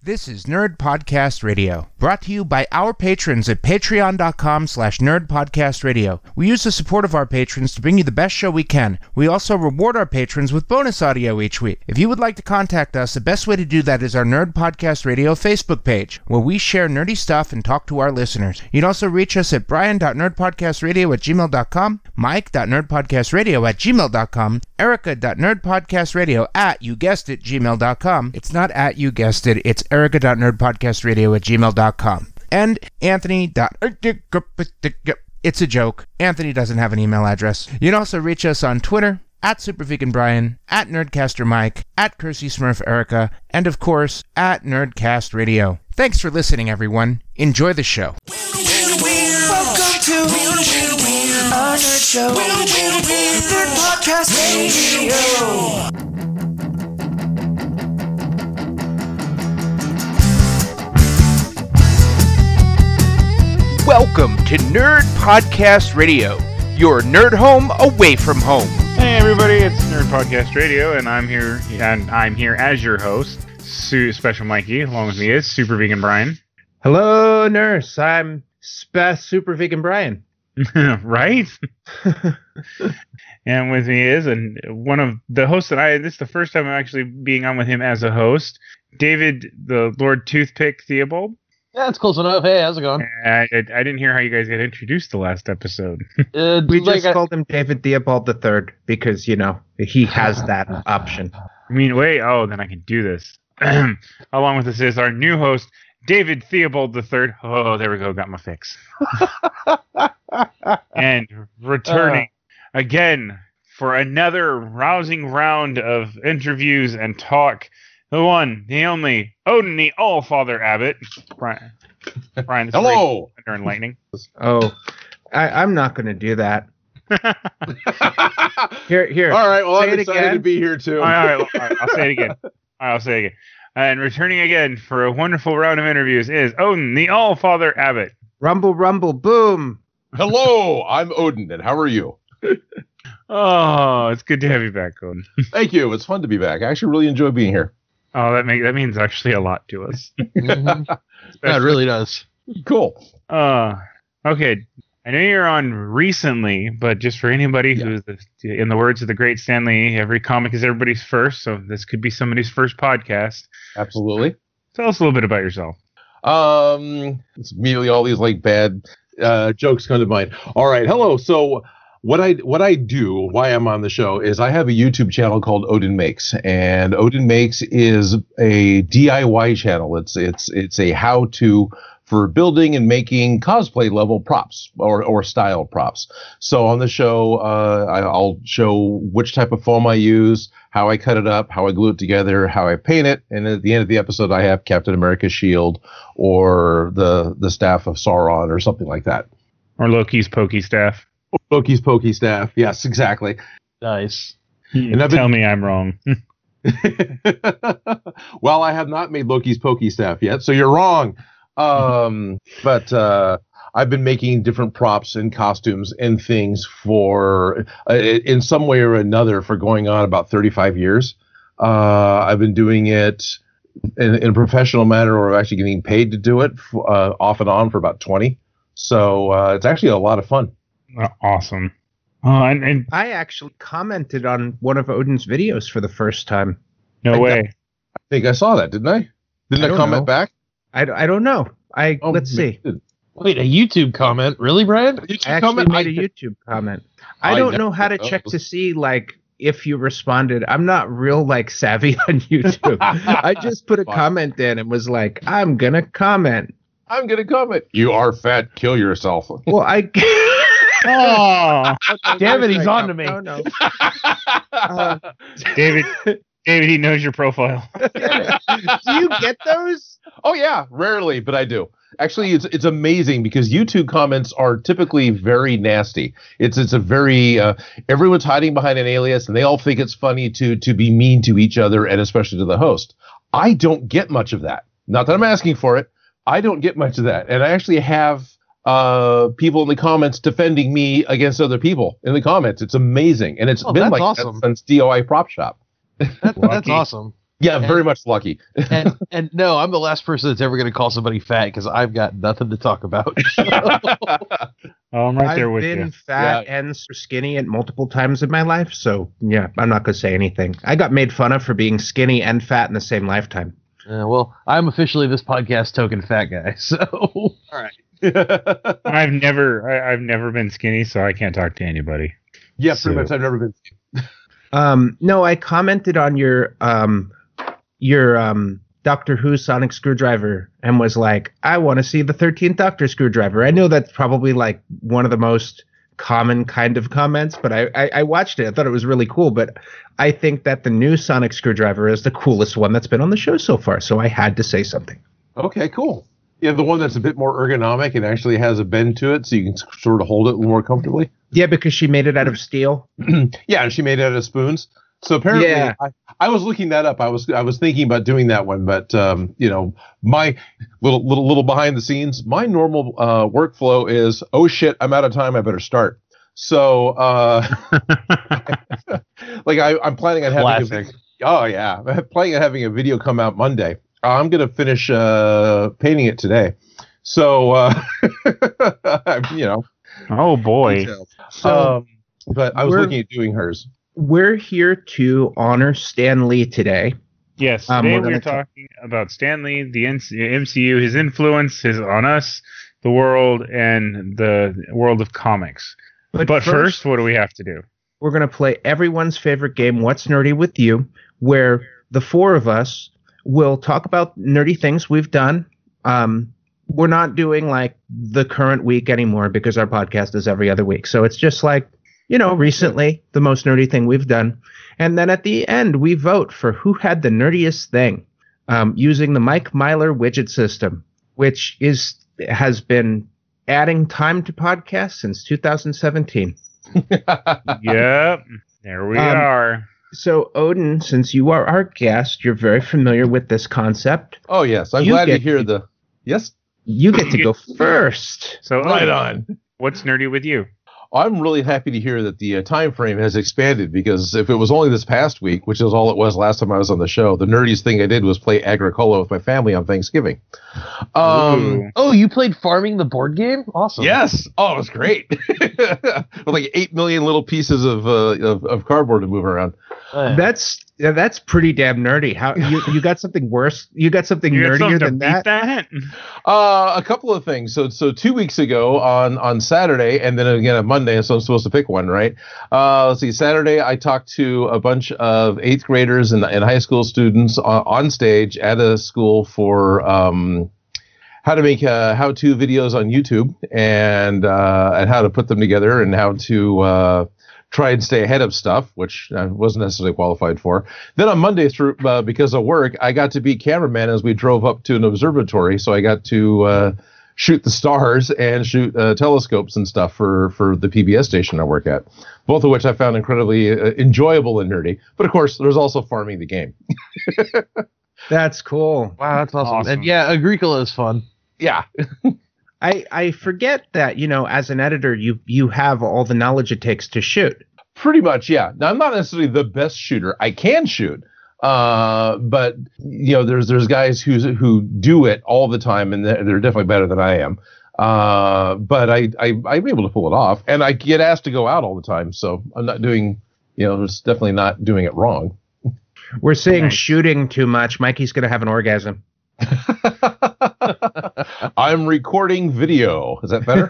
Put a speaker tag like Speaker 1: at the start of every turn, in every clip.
Speaker 1: This is Nerd Podcast Radio, brought to you by our patrons at patreon.com slash nerdpodcastradio. We use the support of our patrons to bring you the best show we can. We also reward our patrons with bonus audio each week. If you would like to contact us, the best way to do that is our Nerd Podcast Radio Facebook page, where we share nerdy stuff and talk to our listeners. You'd also reach us at brian.nerdpodcastradio at gmail.com, mike.nerdpodcastradio at gmail.com, erica.nerdpodcastradio at, you guessed it, gmail.com. It's not at, you guessed it, it's erica.nerdpodcastradio at gmail.com. And anthony. It's a joke. Anthony doesn't have an email address. You can also reach us on Twitter, at SuperVeganBrian, at Nerdcaster Mike, at Cursey Smurf Erica, and of course, at Nerdcast Radio. Thanks for listening, everyone. Enjoy the show.
Speaker 2: Welcome to our nerd show, nerd podcast radio.
Speaker 1: Welcome to Nerd Podcast Radio, your nerd home away from home.
Speaker 3: Hey everybody, it's Nerd Podcast Radio, and I'm here, and I'm here as your host, Su- Special Mikey. Along with me is Super Vegan Brian.
Speaker 4: Hello, nurse. I'm Spa Super Vegan Brian.
Speaker 3: right? and with me is, and one of the hosts that I. This is the first time I'm actually being on with him as a host, David, the Lord Toothpick Theobald.
Speaker 4: Yeah, it's close enough. Hey, how's it going?
Speaker 3: I, I, I didn't hear how you guys got introduced the last episode.
Speaker 4: Uh,
Speaker 5: We
Speaker 4: like
Speaker 5: just
Speaker 4: I-
Speaker 5: called him David Theobald III because you know he has that option.
Speaker 3: I mean, wait. Oh, then I can do this. Along with us is our new host, David Theobald III. Oh, there we go. Got my fix. and returning again for another rousing round of interviews and talk. The one, the only, Odin, the All Father Abbot. Brian. Brian this is
Speaker 6: Hello.
Speaker 3: Thunder and Lightning.
Speaker 5: Oh, I, I'm not going to do that. Here, here.
Speaker 4: Oh.
Speaker 6: All right. Well,
Speaker 5: Say
Speaker 6: I'm
Speaker 5: it
Speaker 6: excited
Speaker 5: again.
Speaker 6: to be here too.
Speaker 3: all, right, all, right, all right, I'll say it again. All right, I'll say it again. And returning again for a wonderful round of interviews is Odin, the All Father Abbot.
Speaker 5: Rumble, rumble, boom.
Speaker 6: Hello, I'm Odin, and how are you?
Speaker 3: Oh, it's good to have you back, Gordon.
Speaker 6: Thank you. It's fun to be back. I actually really enjoy being here.
Speaker 3: Oh, that make, that means actually a lot to us.
Speaker 5: Mm-hmm.
Speaker 4: Yeah, it really does.
Speaker 6: Cool.
Speaker 3: Uh, okay. I know you're on recently, but just for anybody
Speaker 6: Yeah.
Speaker 3: who's the, in the words of the great Stanley, every comic is everybody's first, so this could be somebody's first podcast.
Speaker 6: Absolutely.
Speaker 3: Tell us a little bit about yourself.
Speaker 6: Um, it's immediately all these like bad uh, jokes come to mind. All right. Hello. So what I what I do, why I'm on the show, is I have a YouTube channel called Odin Makes, and Odin Makes is a DIY channel. It's it's it's a how to for building and making cosplay level props or, or style props. So on the show, uh, I- I'll show which type of foam I use, how I cut it up, how I glue it together, how I paint it, and at the end of the episode, I have Captain America's shield or the the staff of Sauron or something like that.
Speaker 3: Or Loki's pokey staff.
Speaker 6: Loki's pokey staff. Yes, exactly.
Speaker 4: Nice.
Speaker 6: And I've been-
Speaker 3: Tell me I'm wrong.
Speaker 6: well, I have not made Loki's pokey staff yet, so you're wrong. Um, but uh, I've been making different props and costumes and things for, uh, in some way or another, for going on about 35 years. Uh, I've been doing it in, in a professional manner, or actually getting paid to do it f- uh, off and on for about 20. So uh, it's actually a lot of fun.
Speaker 3: Uh, awesome. Oh, and, and
Speaker 5: I actually commented on one of Odin's videos for the first time.
Speaker 3: no
Speaker 6: I
Speaker 3: way.
Speaker 6: I think I saw that, didn't I? Didn't
Speaker 5: I
Speaker 6: I,
Speaker 5: don't
Speaker 6: comment
Speaker 5: know.
Speaker 6: back?
Speaker 5: I, I don't know. I
Speaker 4: Oh,
Speaker 5: let's see.
Speaker 4: Wait, a YouTube comment? Really, Brian?
Speaker 6: Did you
Speaker 5: I actually
Speaker 6: comment?
Speaker 5: made
Speaker 6: I-
Speaker 5: a YouTube comment. I,
Speaker 6: I
Speaker 5: don't
Speaker 6: never
Speaker 5: know how to
Speaker 6: know.
Speaker 5: check
Speaker 4: Oh.
Speaker 5: to see like if you responded. I'm not real like savvy on YouTube. I just put a
Speaker 6: Fine.
Speaker 5: comment in and was like, I'm gonna comment.
Speaker 6: I'm gonna comment. You are fat. Kill yourself.
Speaker 5: Well, I.
Speaker 3: Oh,
Speaker 4: Damn it, he's on to me.
Speaker 5: No, no.
Speaker 6: Uh,
Speaker 3: David, David, he knows your profile.
Speaker 5: Do you get those?
Speaker 6: oh yeah, rarely, but I do. Actually, it's it's amazing because YouTube comments are typically very nasty. It's it's a very uh, everyone's hiding behind an alias, and they all think it's funny to to be mean to each other and especially to the host. I don't get much of that. Not that I'm asking for it. I don't get much of that, and I actually have uh people in the comments defending me against other people in the comments it's amazing and it's
Speaker 4: Oh,
Speaker 6: been
Speaker 4: that's
Speaker 6: like
Speaker 4: awesome.
Speaker 6: that since doi prop shop
Speaker 4: That-
Speaker 3: Lucky.
Speaker 4: that's awesome.
Speaker 6: Yeah, very much lucky.
Speaker 7: and, and no, I'm the last person that's ever going to call somebody fat because I've got nothing to talk about.
Speaker 3: Oh, I'm right there
Speaker 5: I've
Speaker 3: with
Speaker 5: been
Speaker 3: you.
Speaker 5: fat and skinny at multiple times in my life, so yeah, I'm not gonna say anything. I got made fun of for being skinny and fat in the same lifetime.
Speaker 7: Uh, well, I'm officially this podcast token fat guy. So
Speaker 3: I've never, I, I've never been skinny, so I can't talk to anybody.
Speaker 6: yeah,
Speaker 7: So-
Speaker 6: pretty much. I've never been.
Speaker 5: Um, no, I commented on your um, your um, Doctor Who sonic screwdriver and was like, I want to see the Thirteenth Doctor screwdriver. I know that's probably like one of the most common kind of comments, but I, I I watched it. I thought it was really cool. But I think that the new sonic screwdriver is the coolest one that's been on the show so far. So I had to say something.
Speaker 6: Okay, cool. Yeah, the one that's a bit more ergonomic and actually has a bend to it, so you can s- sort of hold it more comfortably.
Speaker 5: Yeah, because she made it out of steel.
Speaker 6: Yeah, and she made it out of spoons. So apparently,
Speaker 5: Yeah.
Speaker 6: I, I was looking that up. I was I was thinking about doing that one, but um, you know, my little little little behind the scenes, my normal uh, workflow is, oh shit, I'm out of time. I better start. So, uh, like, I, I'm planning on having a
Speaker 7: Classic.
Speaker 6: vid- oh yeah, I'm planning on having a video come out Monday. I'm gonna finish uh, painting it today. So, uh, you know,
Speaker 3: Oh boy.
Speaker 6: details.
Speaker 3: Oh.
Speaker 5: So-
Speaker 6: Um, but I was
Speaker 5: We're-
Speaker 6: looking at doing hers.
Speaker 5: We're here to honor Stan Lee today.
Speaker 3: Yes,
Speaker 5: Um,
Speaker 3: today
Speaker 5: we're
Speaker 3: we're,
Speaker 5: gonna ta-
Speaker 3: talking about Stanley, the NC- MCU, his influence, his on us, the world, and the world of comics. But, first, what do we have to do?
Speaker 5: we're going to play everyone's favorite game, What's Nerdy with You, where the four of us will talk about nerdy things we've done. Um, we're not doing like the current week anymore because our podcast is every other week. So it's just like, you know, recently, the most nerdy thing we've done. And then at the end, we vote for who had the nerdiest thing um, using the Mike Myler widget system, which is has been adding time to podcasts since 2017.
Speaker 3: yep, there we
Speaker 5: Um,
Speaker 3: are.
Speaker 5: So, Odin, since you are our guest, you're very familiar with this concept.
Speaker 6: Oh yes, I'm
Speaker 5: You
Speaker 6: glad to
Speaker 5: get-
Speaker 6: hear the. Yes,
Speaker 5: You get to go first.
Speaker 3: So
Speaker 6: right
Speaker 3: Odin,
Speaker 6: on.
Speaker 3: What's nerdy with you?
Speaker 6: I'm really happy to hear that the uh, time frame has expanded because if it was only this past week, which is all it was last time I was on the show, the nerdiest thing I did was play Agricola with my family on Thanksgiving. Um,
Speaker 3: Ooh.
Speaker 7: oh, you played farming the board game? Awesome.
Speaker 6: yes, oh, it was great. with like eight million little pieces of, uh, of of cardboard to move around.
Speaker 7: Uh,
Speaker 5: That's yeah, that's pretty damn nerdy. How you, you got something worse? You got something
Speaker 3: You got
Speaker 5: nerdier
Speaker 3: something to
Speaker 5: than that?
Speaker 3: beat that?
Speaker 6: Uh, a couple of things. So, so two weeks ago on on Saturday, and then again on Monday. So I'm supposed to pick one, right? Uh, let's see. Saturday, I talked to a bunch of eighth graders and, and high school students on, on stage at a school for um, how to make uh, how to videos on YouTube and uh, and how to put them together and how to uh, try and stay ahead of stuff, which I wasn't necessarily qualified for. Then on Monday, through uh, because of work, I got to be cameraman as we drove up to an observatory. So I got to uh, shoot the stars and shoot uh, telescopes and stuff for for the PBS station I work at. Both of which I found incredibly uh, enjoyable and nerdy. But of course, there's also farming the game.
Speaker 5: That's cool.
Speaker 7: wow, that's awesome.
Speaker 3: Awesome.
Speaker 7: And yeah, Agricola is fun.
Speaker 6: Yeah,
Speaker 5: I I forget that you know as an editor you you have all the knowledge it takes to shoot.
Speaker 6: pretty much. Yeah. Now I'm not necessarily the best shooter. I can shoot. Uh, but you know, there's there's guys who who do it all the time, and they're, they're definitely better than I am. Uh, but I, I I'm able to pull it off, and I get asked to go out all the time, so I'm not doing you know, it's definitely not doing it wrong.
Speaker 5: We're saying
Speaker 3: Nice.
Speaker 5: shooting too much. Mikey's gonna have an orgasm.
Speaker 6: I'm recording video. Is that better?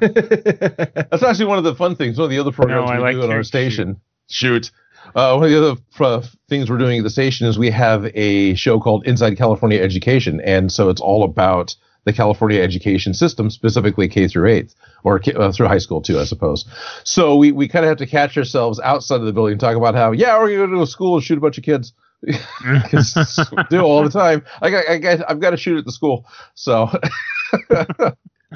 Speaker 6: That's actually one of the fun things. One of the other programs
Speaker 3: I
Speaker 6: we
Speaker 3: like
Speaker 6: do at our
Speaker 3: to
Speaker 6: station. Shoot. Uh, one of the other uh, things we're doing at the station is we have a show called Inside California Education, and so it's all about the California education system, specifically K through eighth or K- uh, through high school too, I suppose. So we, we kind of have to catch ourselves outside of the building and talk about how yeah we're going to go to a school and shoot a bunch of kids. 'Cause that's what we do all the time. I got, I got, I've got to shoot at the school. So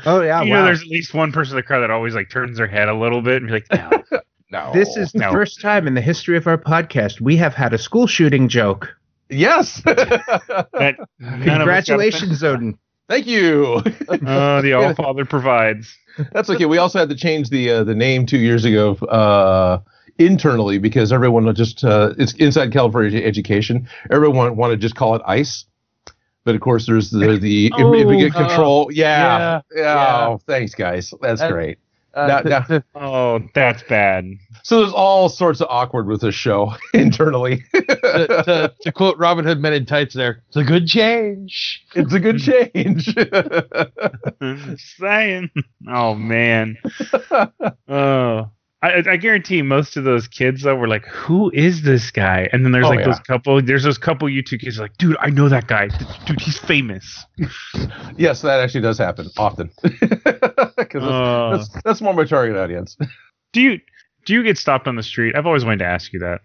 Speaker 5: Oh yeah,
Speaker 3: you know,
Speaker 5: wow.
Speaker 3: there's at least one person in the crowd that always like turns their head a little bit and be like, no.
Speaker 6: no.
Speaker 5: This is the
Speaker 3: No.
Speaker 5: first time in the history of our podcast we have had a school shooting joke.
Speaker 6: yes.
Speaker 3: that none of us got
Speaker 5: Congratulations, Odin.
Speaker 6: Thank you.
Speaker 3: offended. Oh, the All Father provides.
Speaker 6: That's okay. We also had to change the uh, the name two years ago. Uh, internally because everyone would just uh, it's inside California education. Everyone wanted to just call it ICE, but of course there's the the
Speaker 7: Oh,
Speaker 6: if we get
Speaker 7: uh,
Speaker 6: control. yeah,
Speaker 7: yeah.
Speaker 6: Oh, thanks guys. That's
Speaker 7: That-
Speaker 6: great.
Speaker 7: Uh,
Speaker 6: Now-
Speaker 7: th-
Speaker 6: now-
Speaker 7: th-
Speaker 3: Oh, that's bad.
Speaker 6: So there's all sorts of awkward with this show internally.
Speaker 7: to, to, to quote Robin Hood Men in Tights, there, it's a good change.
Speaker 6: it's a good
Speaker 7: Mm.
Speaker 6: change.
Speaker 3: I'm just saying. Oh man. Oh. I, I guarantee most of those kids though were like, "Who is this guy?" And then there's
Speaker 6: Oh,
Speaker 3: like
Speaker 6: yeah.
Speaker 3: those couple. There's those couple YouTube kids like, "Dude, I know that guy. Th- Dude, he's famous."
Speaker 6: yes, that actually does happen often. 'Cause
Speaker 3: Uh.
Speaker 6: that's, that's, that's more my target audience.
Speaker 3: Do you do you get stopped on the street? I've always wanted to ask you that.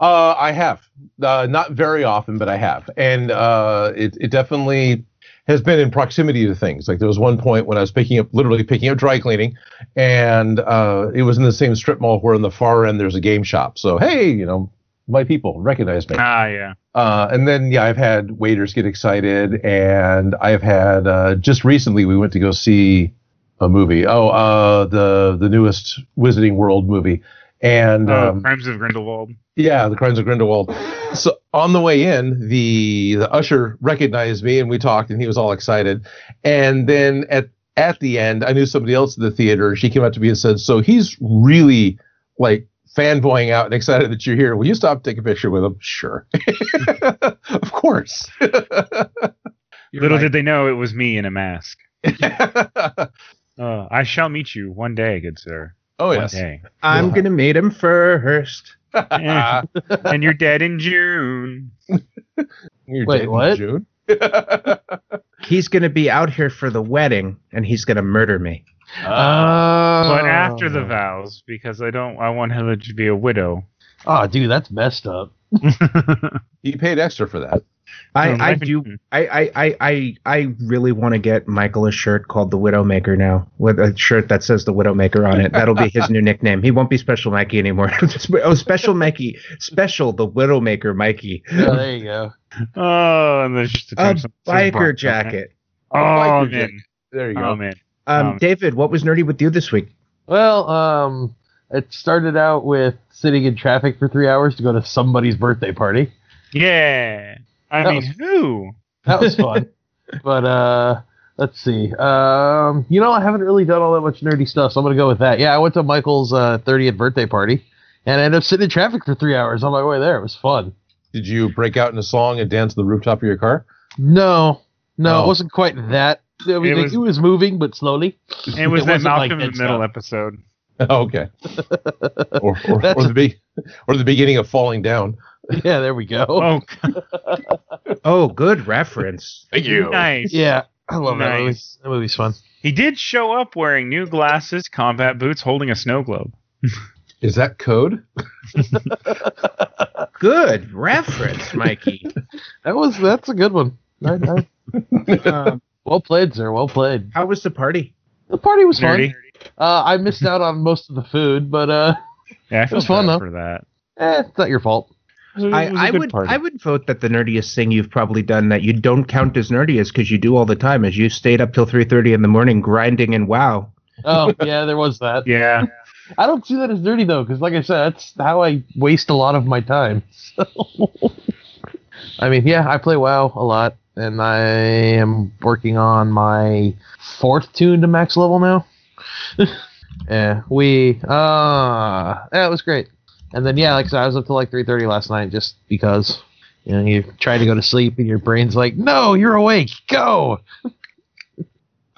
Speaker 6: Uh, I have, uh, not very often, but I have, and uh, it it definitely has been in proximity to things. Like there was one point when I was picking up, literally picking up dry cleaning, and uh, it was in the same strip mall where on the far end there's a game shop. So hey, you know, my people recognize me.
Speaker 3: Ah, yeah.
Speaker 6: Uh, and then yeah, I've had waiters get excited, and I've had uh, just recently we went to go see a movie. Oh, uh, the the newest Wizarding World movie, and.
Speaker 3: Uh,
Speaker 6: um,
Speaker 3: Crimes of Grindelwald.
Speaker 6: yeah, the Crimes of Grindelwald. So on the way in, the the usher recognized me and we talked and he was all excited. And then at at the end, I knew somebody else in the theater. She came up to me and said, "So he's really like fanboying out and excited that you're here. Will you stop and take a picture with him?" Sure. of course.
Speaker 3: Little did they know it was me in a mask.
Speaker 6: oh
Speaker 3: Uh, I shall meet you one day, good sir. One
Speaker 6: yes.
Speaker 3: day.
Speaker 5: I'm
Speaker 6: Yeah.
Speaker 5: gonna meet him first.
Speaker 6: Uh,
Speaker 3: Eh, and you're dead in June.
Speaker 6: You're
Speaker 7: Wait,
Speaker 6: dead in
Speaker 7: what?
Speaker 6: June?
Speaker 5: He's gonna be out here for the wedding, and he's gonna murder me.
Speaker 3: Uh, But after
Speaker 5: Oh.
Speaker 3: the vows, because I don't, I want Hillary to be a widow.
Speaker 7: Oh, dude, that's messed up.
Speaker 6: he paid extra for that.
Speaker 5: I,
Speaker 3: Um,
Speaker 5: I
Speaker 3: I've been-
Speaker 5: do I, I, I, I, I really want to get Michael a shirt called the Widowmaker now, with a shirt that says the Widowmaker on it. That'll be his new nickname. He won't be Special Mikey anymore. oh, Special Mikey, Special the Widowmaker Mikey,
Speaker 7: Yeah, there you go.
Speaker 3: Oh, and there's just a
Speaker 5: a
Speaker 3: time some-
Speaker 5: biker jacket.
Speaker 3: Oh,
Speaker 6: Biker
Speaker 3: man.
Speaker 6: There you go.
Speaker 3: Oh, man.
Speaker 5: Um,
Speaker 3: Um,
Speaker 5: David, what was nerdy with you this week?
Speaker 7: Well, um, it started out with sitting in traffic for three hours to go to somebody's birthday party.
Speaker 3: Yeah. I
Speaker 7: That
Speaker 3: mean,
Speaker 7: was-
Speaker 3: who?
Speaker 7: That was fun. but uh, let's see. Um, you know, I haven't really done all that much nerdy stuff, so I'm gonna go with that. Yeah, I went to Michael's uh, 30th birthday party, and I ended up sitting in traffic for three hours on my way there. It was fun.
Speaker 6: Did you break out in a song and dance to the rooftop of your car?
Speaker 7: No, no,
Speaker 6: Oh.
Speaker 7: it wasn't quite that. I mean,
Speaker 3: It
Speaker 7: it
Speaker 3: was-
Speaker 7: was, moving, but slowly.
Speaker 3: It was
Speaker 7: It
Speaker 3: that
Speaker 7: wasn't like
Speaker 3: Malcolm in
Speaker 7: that
Speaker 3: the Middle
Speaker 7: stuff.
Speaker 3: episode.
Speaker 6: Oh, okay. or, or,
Speaker 7: That's
Speaker 6: or
Speaker 7: a-
Speaker 6: the big, or the beginning of falling down.
Speaker 7: Yeah, there we go.
Speaker 3: Oh,
Speaker 5: Oh, good reference.
Speaker 6: Thank
Speaker 3: nice.
Speaker 7: Yeah, I love that movie.
Speaker 3: Nice.
Speaker 7: That movie's fun.
Speaker 3: He did show up wearing new glasses, combat boots, holding a snow globe.
Speaker 6: Is that code?
Speaker 5: Good reference, Mikey.
Speaker 7: That was that's a good one. I, I,
Speaker 5: Um,
Speaker 7: well played, sir. Well played.
Speaker 5: how was the party?
Speaker 7: The party was
Speaker 3: Nerdy.
Speaker 7: fun. Uh, I missed out on most of the food, but uh,
Speaker 3: Yeah, I feel
Speaker 7: was fun,
Speaker 3: bad
Speaker 7: though.
Speaker 3: for that.
Speaker 7: eh, it's not your fault.
Speaker 5: I, I would I would vote that the nerdiest thing you've probably done that you don't count as nerdy is because you do all the time is you stayed up till three thirty in the morning grinding and wow.
Speaker 7: Oh yeah, there was that.
Speaker 3: Yeah.
Speaker 7: I don't see that as dirty though, because like I said, that's how I waste a lot of my time. So, I mean, yeah, I play WoW a lot, and I am working on my fourth tune to max level now. yeah, we uh yeah, it was great. And then yeah, like I said, I was up till like three thirty last night just because. You know, you try to go to sleep and your brain's like, "No, you're awake. Go."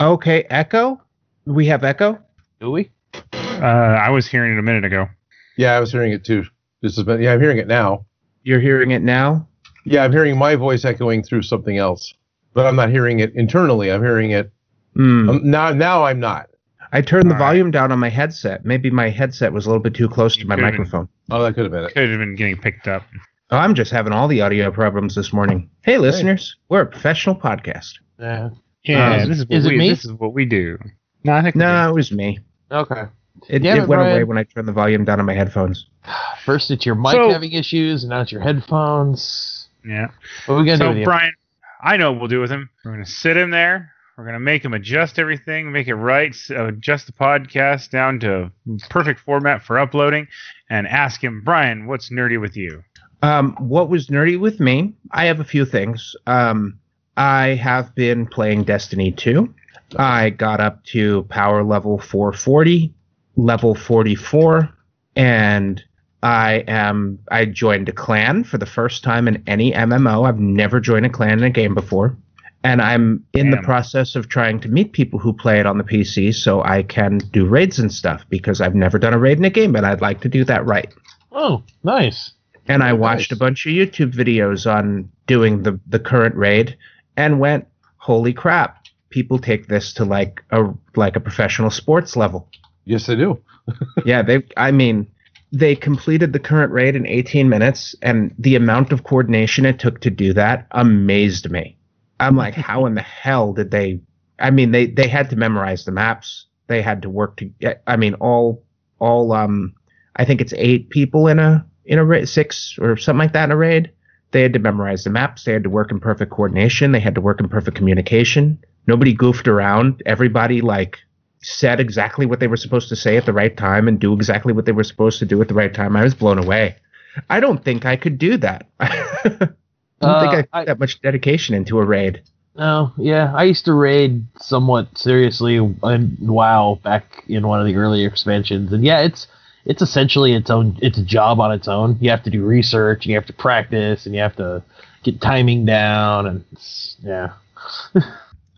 Speaker 5: Okay, Echo. We have Echo.
Speaker 7: Do we?
Speaker 3: Uh, I was hearing it a minute ago.
Speaker 6: Yeah, I was hearing it too. This has been. Yeah, I'm hearing it now.
Speaker 5: You're hearing it now.
Speaker 6: Yeah, I'm hearing my voice echoing through something else, but I'm not hearing it internally. I'm hearing it
Speaker 5: Hmm.
Speaker 6: um, now. Now I'm not.
Speaker 5: I turned the
Speaker 3: all right.
Speaker 5: volume down on my headset. Maybe my headset was a little bit too close to
Speaker 3: You
Speaker 5: my
Speaker 3: could've-
Speaker 5: microphone.
Speaker 6: Oh, that could have been it.
Speaker 3: Could have been getting picked up.
Speaker 5: Oh, I'm just having all the audio problems this morning. Hey, listeners, we're a professional podcast.
Speaker 7: Yeah.
Speaker 3: Yeah,
Speaker 7: Uh,
Speaker 3: this is what
Speaker 7: is it
Speaker 3: we,
Speaker 7: me?
Speaker 3: This is what we do. Um, No, I think
Speaker 5: No, it was me.
Speaker 7: Okay.
Speaker 5: It,
Speaker 7: Damn
Speaker 5: it
Speaker 7: it,
Speaker 5: went away
Speaker 7: Brian.
Speaker 5: when I turned the volume down on my headphones.
Speaker 7: First, it's your mic
Speaker 3: So-
Speaker 7: having issues, and now it's your headphones.
Speaker 3: Yeah.
Speaker 7: What are we gonna do?
Speaker 3: So
Speaker 7: with you?
Speaker 3: Brian, I know what we'll do with him. We're gonna sit him there. We're gonna make him adjust everything, make it right, s- uh, adjust the podcast down to perfect format for uploading, and ask him, Brian, what's nerdy with you?
Speaker 5: Um, what was nerdy with me? I have a few things. Um, I have been playing Destiny 2. I got up to power level 440, level 44, and I am I joined a clan for the first time in any MMO. I've never joined a clan in a game before. And I'm in the
Speaker 3: Damn.
Speaker 5: process of trying to meet people who play it on the PC so I can do raids and stuff because I've never done a raid in a game and I'd like to do that right
Speaker 7: Oh, nice.
Speaker 5: and I watched a bunch of YouTube videos on doing the the current raid and went, holy crap! People take this to like a like a professional sports level.
Speaker 6: Yes, I do.
Speaker 5: yeah, they. I mean, they completed the current raid in 18 minutes, and the amount of coordination it took to do that amazed me. I'm like, how in the hell did they? I mean, they they had to memorize the maps. They had to work to. I mean, all all um, I think it's eight people in a in a raid, six or something like that in a raid. They had to memorize the maps. They had to work in perfect coordination. They had to work in perfect communication. Nobody goofed around. Everybody like said exactly what they were supposed to say at the right time and do exactly what they were supposed to do at the right time. I was blown away. I don't think I could do that. I don't think I
Speaker 7: Uh,
Speaker 5: put that much dedication into a raid.
Speaker 7: No, yeah, I used to raid somewhat seriously in WoW back in one of the earlier expansions, and yeah, it's it's essentially its own it's a job on its own. You have to do research, and you have to practice, and you have to get timing down, and it's, yeah,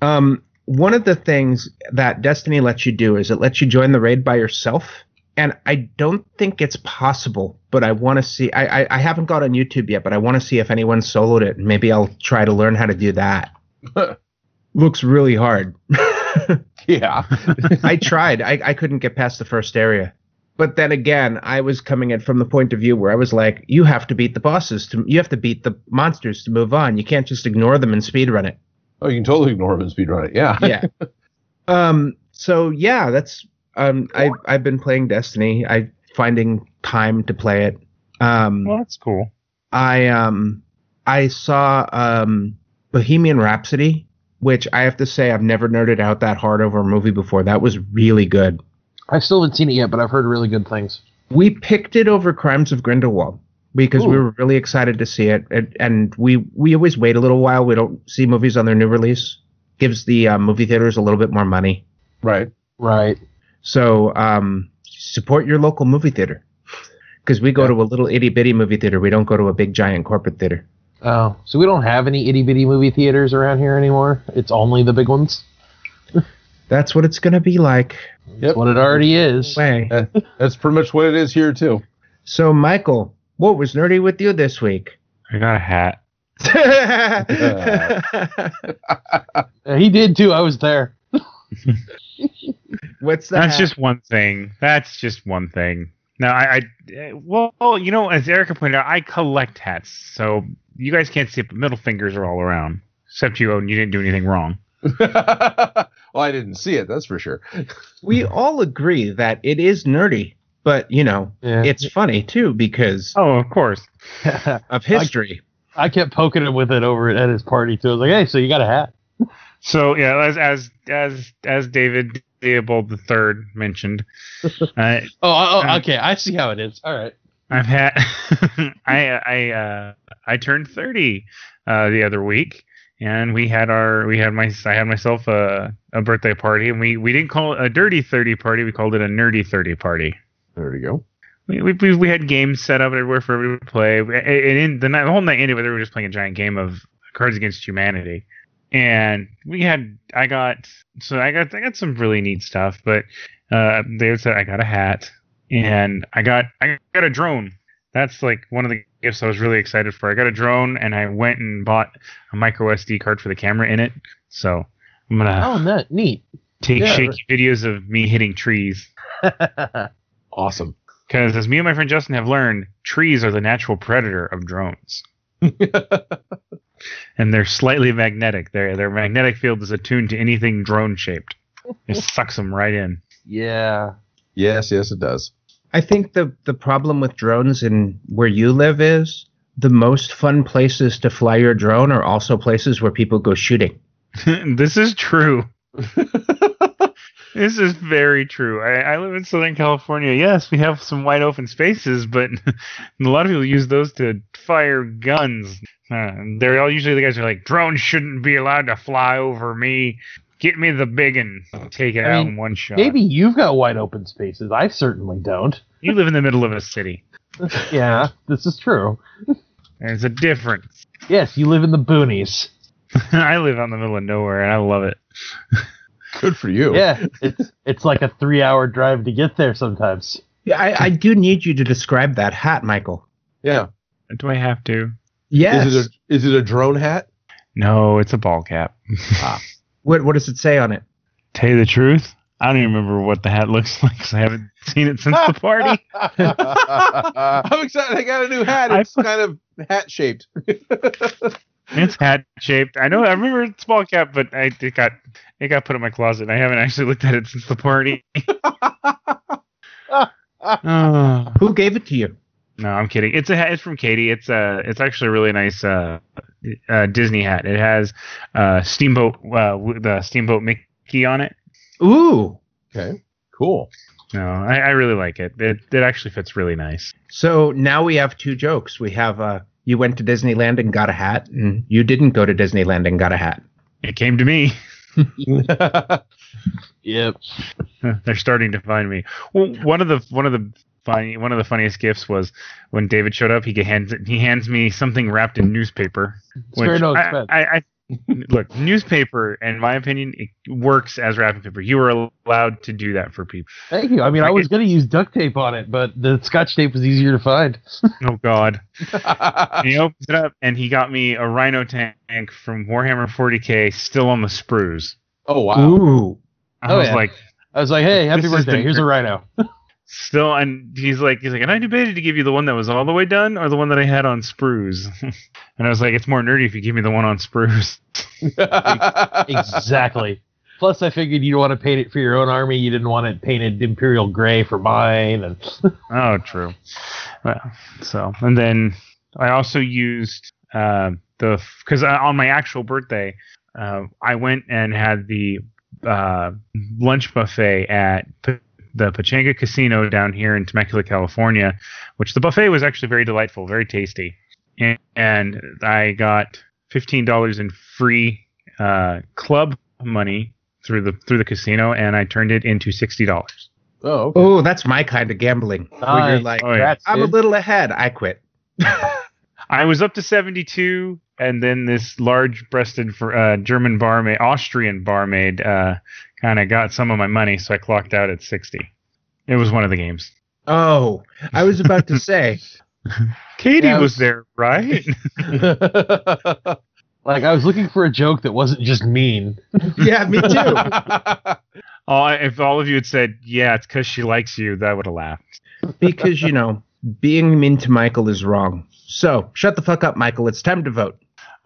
Speaker 5: Um, one of the things that Destiny lets you do is it lets you join the raid by yourself. And I don't think it's possible, but I want to see. I, I, I haven't got on YouTube yet, but I want to see if anyone soloed it. Maybe I'll try to learn how to do that. Looks really hard.
Speaker 6: Yeah.
Speaker 5: I tried. I, I couldn't get past the first area. But then again, I was coming at from the point of view where I was like, you have to beat the bosses to you have to beat the monsters to move on. You can't just ignore them and speedrun it.
Speaker 6: oh, you can totally ignore him and speedrun it. Yeah.
Speaker 5: Yeah. um so yeah, that's um I I've been playing Destiny. I finding time to play it. Um
Speaker 3: Well, that's cool.
Speaker 5: I um I saw um Bohemian Rhapsody, which I have to say I've never nerded out that hard over a movie before. That was really good.
Speaker 7: I still haven't seen it yet, but I've heard really good things.
Speaker 5: we picked it over Crimes of Grindelwald because we
Speaker 7: Ooh.
Speaker 5: were really excited to see it, and, and we we always wait a little while. We don't see movies on their new release. Gives the uh, movie theaters a little bit more money,
Speaker 6: Right.
Speaker 7: Right.
Speaker 5: so um, support your local movie theater because we go to a little itty bitty movie theater. We don't go to a big giant corporate theater.
Speaker 7: Oh, so we don't have any itty bitty movie theaters around here anymore. It's only the big ones.
Speaker 5: That's what it's gonna be like.
Speaker 7: That's what it already is.
Speaker 5: Way.
Speaker 6: That's pretty much what it is here too.
Speaker 5: So Michael, what was nerdy with you this week?
Speaker 3: I got a hat.
Speaker 7: Uh, He did too. I was there.
Speaker 5: What's that?
Speaker 3: That's just one thing. That's just one thing. No, I, I well, you know, as Erica pointed out, I collect hats, so you guys can't see it, but middle fingers are all around. Except you, Odin, you didn't do anything wrong.
Speaker 6: well, I didn't see it. That's for sure.
Speaker 5: we all agree that it is nerdy, but you know,
Speaker 7: Yeah.
Speaker 5: it's funny too because
Speaker 3: Oh, of course.
Speaker 5: of history.
Speaker 7: I kept poking him with it over at his party too. I was like, "Hey, so you got a hat?"
Speaker 3: So yeah, as as as as David Theobald the Third mentioned, uh,
Speaker 7: Oh, oh, oh,
Speaker 3: Um,
Speaker 7: okay. I see how it is. All right.
Speaker 3: I've had I I uh, I turned thirty uh, the other week, and we had our we had my I had myself a, a birthday party, and we we didn't call it a dirty thirty party, we called it a nerdy thirty party.
Speaker 6: There we go.
Speaker 3: We, we, we we had games set up everywhere for everyone to play. And in, the, night, the whole night ended with everyone just playing a giant game of Cards Against Humanity. And we had, I got, so I got, I got some really neat stuff. But uh, David said I got a hat, and I got, I got a drone. That's like one of the gifts I was really excited for. I got a drone, and I went and bought a micro SD card for the camera in it. So I'm gonna
Speaker 7: Oh, that neat.
Speaker 3: take
Speaker 7: yeah.
Speaker 3: shaky videos of me hitting trees.
Speaker 6: Awesome.
Speaker 3: Because as me and my friend Justin have learned, trees are the natural predator of drones. and they're slightly magnetic. Their their magnetic field is attuned to anything drone shaped. It sucks them right in.
Speaker 7: yeah.
Speaker 6: Yes, yes, it does.
Speaker 5: I think the the problem with drones in where you live is the most fun places to fly your drone are also places where people go shooting.
Speaker 3: this is true. this is very true. I, I live in Southern California. Yes, we have some wide open spaces, but a lot of people use those to fire guns. Uh, they're all usually the guys who are like, drones shouldn't be allowed to fly over me. Get me the big and take it
Speaker 7: I
Speaker 3: out
Speaker 7: mean,
Speaker 3: in one shot.
Speaker 7: Maybe you've got wide open spaces. I certainly don't.
Speaker 3: you live in the middle of a city.
Speaker 7: Yeah, this is true.
Speaker 3: There's a difference.
Speaker 7: Yes, you live in the boonies.
Speaker 3: I live out in the middle of nowhere and I love it.
Speaker 6: Good for you.
Speaker 7: Yeah, it's it's like a three hour drive to get there sometimes.
Speaker 5: Yeah, I, I do need you to describe that hat, Michael.
Speaker 6: Yeah.
Speaker 3: Do I have to?
Speaker 5: Yes.
Speaker 6: Is it a is it a drone hat?
Speaker 3: No, it's a ball cap.
Speaker 5: what What does it say on it?
Speaker 3: Tell you the truth, I don't even remember what the hat looks like because I haven't seen it since the party.
Speaker 6: I'm excited. I got a new hat.
Speaker 3: I-
Speaker 6: It's kind of hat shaped.
Speaker 3: It's hat shaped. I know. I remember it's ball cap, but I it got it got put in my closet. and I haven't actually looked at it since the party. Oh.
Speaker 5: Who gave it to you?
Speaker 3: No, I'm kidding. It's a hat. It's from Katie. It's a. It's actually a really nice uh, uh, Disney hat. It has uh, steamboat uh, w- the steamboat Mickey on it.
Speaker 5: Ooh.
Speaker 6: Okay. Cool.
Speaker 3: No, I, I really like it. It it actually fits really nice.
Speaker 5: So now we have two jokes. We have uh, you went to Disneyland and got a hat, and you didn't go to Disneyland and got a hat.
Speaker 3: It came to me.
Speaker 6: yeah.
Speaker 4: Yep.
Speaker 3: They're starting to find me. Well, one of the one of the funny one of the funniest gifts was when David showed up. He g- hands he hands me something wrapped in newspaper.
Speaker 7: very
Speaker 3: which
Speaker 7: no
Speaker 3: I-
Speaker 7: expense.
Speaker 3: I, I, look newspaper. In my opinion, it works as wrapping paper. You are allowed to do that for people.
Speaker 7: Thank you. I mean, I was gonna use duct tape on it, but the scotch tape was easier to find.
Speaker 3: Oh God! And he opens it up, and he got me a Rhino tank from Warhammer 40k, still on the sprues.
Speaker 6: Oh wow.
Speaker 5: Ooh.
Speaker 3: I
Speaker 7: Oh,
Speaker 3: was
Speaker 7: yeah.
Speaker 3: like,
Speaker 7: I was like, "Hey, happy
Speaker 3: This is
Speaker 7: birthday!
Speaker 3: the-
Speaker 7: Here's a rhino."
Speaker 3: still, and he's like, he's like, and I debated to give you the one that was all the way done or the one that I had on sprues. and I was like, it's more nerdy if you give me the one on sprues.
Speaker 7: exactly. Plus, I figured you'd want to paint it for your own army. You didn't want it painted imperial gray for mine, and
Speaker 3: Oh, true. Well, so and then I also used uh, the because on my actual birthday, uh, I went and had the uh, lunch buffet at P- the Pachanga Casino down here in Temecula, California, which the buffet was actually very delightful, very tasty, and, and I got fifteen dollars in free uh, club money through the through the casino, and I turned it into sixty dollars.
Speaker 6: oh. Okay.
Speaker 5: Oh, that's my kind of gambling. Where you're
Speaker 7: Nice.
Speaker 5: like,
Speaker 3: Oh, yeah.
Speaker 7: Congrats,
Speaker 5: I'm a
Speaker 7: dude.
Speaker 5: little ahead. I quit.
Speaker 3: I was up to 72, and then this large-breasted fr- uh, German barmaid, Austrian barmaid, uh, kind of got some of my money, so I clocked out at 60. It was one of the games.
Speaker 5: Oh, I was about to say.
Speaker 3: Katie
Speaker 7: Yeah, I
Speaker 3: was,
Speaker 7: was-
Speaker 3: there, right?
Speaker 7: like I was looking for a joke that wasn't just mean.
Speaker 5: yeah, me too.
Speaker 3: all, if all of you had said, "Yeah, it's because she likes you," that would have laughed.
Speaker 5: Because, you know, being mean to Michael is wrong. So shut the fuck up, Michael. It's time to vote.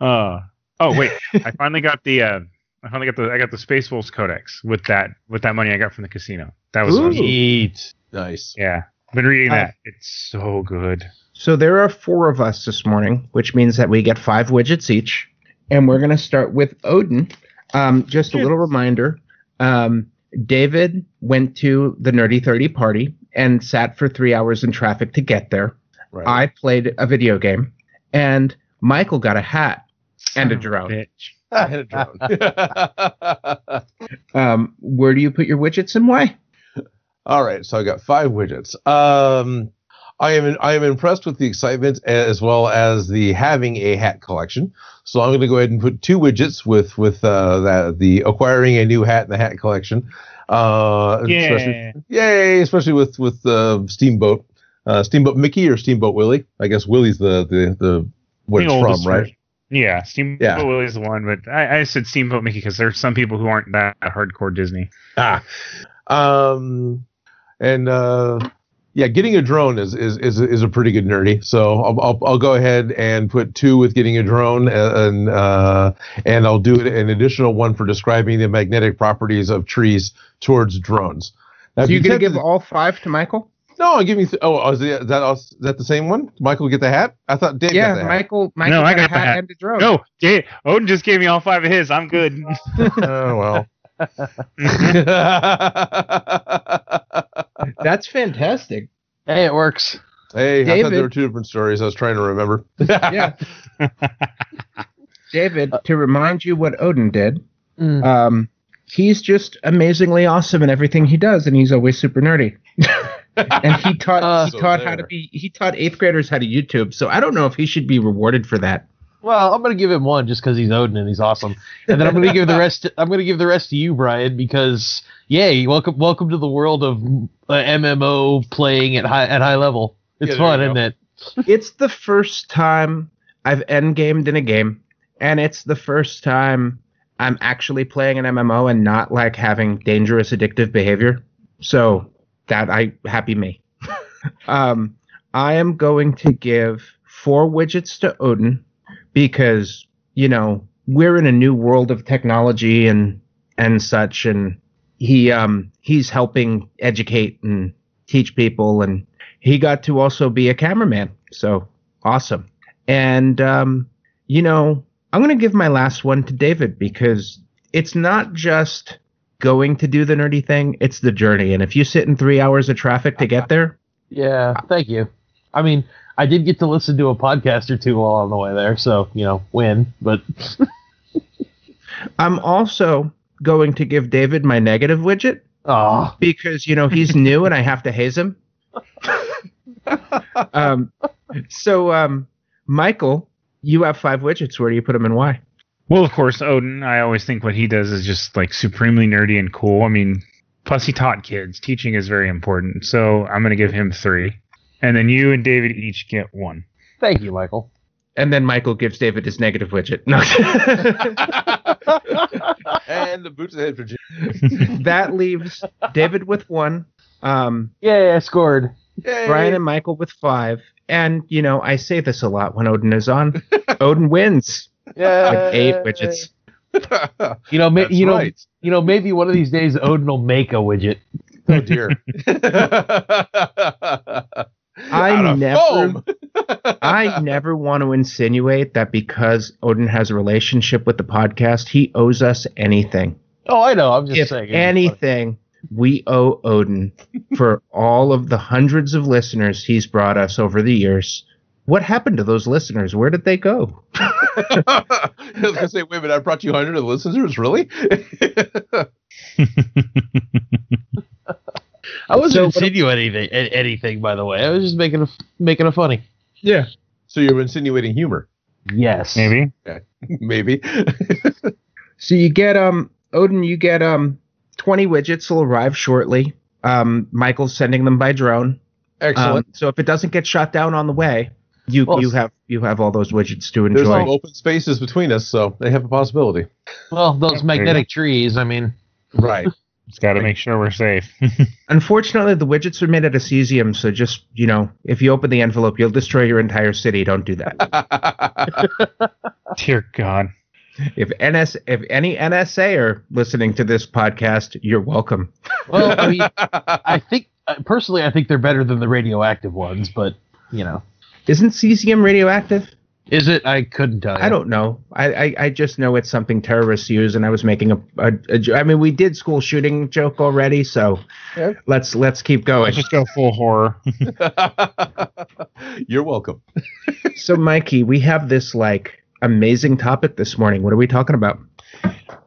Speaker 3: Uh, oh wait, I finally got the. Uh, I finally got the I got the Space Wolves Codex with that with that money I got from the casino. That was
Speaker 5: Ooh.
Speaker 3: awesome.
Speaker 7: Neat.
Speaker 6: nice.
Speaker 3: yeah. Been reading
Speaker 5: Nice.
Speaker 3: that. It's so good.
Speaker 5: So there are four of us this morning, which means that we get five widgets each, and we're going to start with Odin. Um, just a little reminder: um, David went to the Nerdy Thirty party and sat for three hours in traffic to get there.
Speaker 6: Right.
Speaker 5: I played a video game, and Michael got a hat and a drone.
Speaker 3: Bitch.
Speaker 6: I had a drone.
Speaker 5: Um, where do you put your widgets and why?
Speaker 6: All right, so I got five widgets. Um, I am I am impressed with the excitement as well as the having a hat collection. So I'm going to go ahead and put two widgets with with uh, that the acquiring a new hat and the hat collection. Uh, especially-
Speaker 3: Yeah.
Speaker 6: yay! Especially with with uh, Steamboat, uh, Steamboat Mickey or Steamboat Willie. I guess Willie's the the the what
Speaker 3: The
Speaker 6: it's
Speaker 3: oldest
Speaker 6: from, right?
Speaker 3: version. Yeah, Steamboat
Speaker 6: Yeah.
Speaker 3: Willie's the one, but I, I said Steamboat Mickey because there's some people who aren't that hardcore Disney.
Speaker 6: Ah. Um, and uh, yeah, getting a drone is is is, is a pretty good nerdy. So I'll, I'll I'll go ahead and put two with getting a drone, and uh, and I'll do an additional one for describing the magnetic properties of trees towards drones. Now,
Speaker 5: So
Speaker 6: if
Speaker 5: you
Speaker 6: you
Speaker 5: going to
Speaker 6: tend
Speaker 5: give all five to Michael?
Speaker 6: No, give me. Th- oh, is it- is that us- is that the same one? Michael get the hat. I thought Dave got
Speaker 5: yeah,
Speaker 6: the hat.
Speaker 5: Michael. Michael
Speaker 3: No, I
Speaker 5: got a
Speaker 3: got the
Speaker 5: hat,
Speaker 3: hat.
Speaker 5: and a drone.
Speaker 3: No, Da- Odin just gave me all five of his. I'm good.
Speaker 6: oh well.
Speaker 5: That's fantastic.
Speaker 7: Hey, it works.
Speaker 6: hey, I thought
Speaker 5: David.
Speaker 6: there were two different stories. I was trying to remember.
Speaker 5: Yeah. David, to remind you what Odin did,
Speaker 7: Mm.
Speaker 5: um, he's just amazingly awesome in everything he does, and he's always super nerdy. and he taught
Speaker 7: Uh,
Speaker 5: he
Speaker 6: So
Speaker 5: taught how to
Speaker 6: there.
Speaker 5: be he taught eighth graders how to YouTube. So I don't know if he should be rewarded for that.
Speaker 7: Well, I'm gonna give him one just because he's Odin and he's awesome, and then I'm gonna give the rest. I'm gonna give the rest to you, Brian, because yay, welcome, welcome to the world of uh, MMO playing at high at high level. It's
Speaker 6: Yeah, there
Speaker 7: fun,
Speaker 6: you go.
Speaker 7: isn't it?
Speaker 5: it's the first time I've endgamed in a game, and it's the first time I'm actually playing an MMO and not like having dangerous addictive behavior. So that I happy me. um, I am going to give four widgets to Odin because you know we're in a new world of technology and and such, and he um he's helping educate and teach people and he got to also be a cameraman. So awesome. And, um, you know, I'm going to give my last one to David because it's not just going to do the nerdy thing, it's the journey. And if you sit in three hours of traffic to get there,
Speaker 7: Yeah, thank you. I mean, I did get to listen to a podcast or two while on the way there, so you know, win. But
Speaker 5: I'm also going to give David my negative widget
Speaker 7: ah,
Speaker 5: because, you know, he's new and I have to haze him. um, so, um, Michael, you have five widgets. Where do you put them and why?
Speaker 3: well, of course, Odin. I always think what he does is just like supremely nerdy and cool. I mean, plus he taught kids. Teaching is very important. So I'm gonna give him three, and then you and David each get one.
Speaker 7: thank you, Michael.
Speaker 5: And then Michael gives David his negative widget. No.
Speaker 6: and the boots ahead for Jim.
Speaker 5: that leaves David with one, um,
Speaker 7: Yeah, I scored.
Speaker 5: Brian and Michael with five. And, you know, I say this a lot when Odin is on. Odin wins
Speaker 7: Yeah,
Speaker 5: like eight widgets.
Speaker 7: You know, ma-
Speaker 6: That's
Speaker 7: you know,
Speaker 6: right.
Speaker 7: you know, maybe one of these days Odin will make a widget.
Speaker 6: Oh dear. Out of
Speaker 5: never-
Speaker 6: foam.
Speaker 5: I never want to insinuate that because Odin has a relationship with the podcast, he owes us anything.
Speaker 7: Oh, I know. I'm just
Speaker 5: If
Speaker 7: saying.
Speaker 5: anything, we owe Odin for all of the hundreds of listeners he's brought us over the years. What happened to those listeners? Where did they go?
Speaker 6: I was gonna say, wait a minute, I brought you 100 listeners, really?
Speaker 7: I wasn't
Speaker 5: So-
Speaker 7: insinuating anything, a- anything, by the way. I was just making a making a funny.
Speaker 6: yeah. So you're insinuating humor,
Speaker 7: Yes.
Speaker 3: Maybe.
Speaker 6: maybe.
Speaker 5: So you get um Odin, you get um twenty widgets will arrive shortly. Um, Michael's sending them by drone. Um,
Speaker 6: Excellent.
Speaker 5: so if it doesn't get shot down on the way, you
Speaker 7: Well,
Speaker 5: you
Speaker 7: s-
Speaker 5: have you have all those widgets to
Speaker 6: There's
Speaker 5: enjoy.
Speaker 6: some open spaces between us, so they have a possibility.
Speaker 7: Well, those magnetic trees. I mean,
Speaker 6: Right.
Speaker 3: Just got to make sure we're safe.
Speaker 5: Unfortunately, the widgets are made out of cesium, so just you know, if you open the envelope, you'll destroy your entire city. Don't do that.
Speaker 3: Dear God.
Speaker 5: if NS if any NSA are listening to this podcast, you're welcome.
Speaker 7: well, I, mean, I think uh, personally, I think they're better than the radioactive ones, but you know,
Speaker 5: Isn't cesium radioactive?
Speaker 7: is it? I couldn't tell. you.
Speaker 5: I don't know. I, I, I just know it's something terrorists use, and I was making a, a, a jo- I mean, we did school shooting joke already, so
Speaker 6: Yeah.
Speaker 5: let's let's keep going.
Speaker 3: Let's just go full horror.
Speaker 6: You're welcome.
Speaker 5: so, Mikey, we have this like amazing topic this morning. What are we talking about?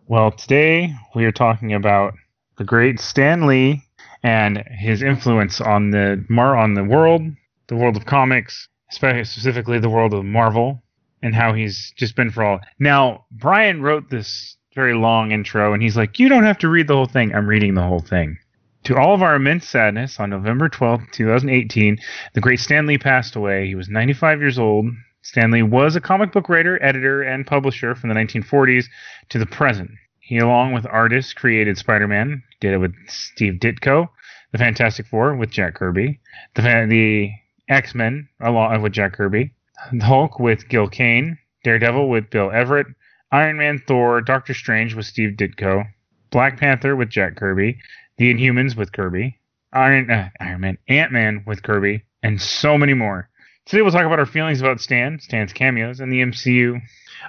Speaker 3: Well, today we are talking about the great Stan Lee and his influence on the mar on the world, the world of comics, spe- specifically the world of Marvel, and how he's just been for all. Now, Brian wrote this very long intro, and he's like, "You don't have to read the whole thing. I'm reading the whole thing." To all of our immense sadness, on November twelfth, two 2018, the great Stan Lee passed away. He was 95 years old. Stanley was a comic book writer, editor, and publisher from the 1940s to the present. He, along with artists, created Spider Man, did it with Steve Ditko, The Fantastic Four with Jack Kirby, the, Fa- the X Men along with Jack Kirby, the Hulk with Gil Kane, Daredevil with Bill Everett, Iron Man, Thor, Doctor Strange with Steve Ditko, Black Panther with Jack Kirby, The Inhumans with Kirby, Iron uh, Iron Man, Ant Man with Kirby, and so many more. Today we'll talk about our feelings about Stan, Stan's cameos, and the MCU.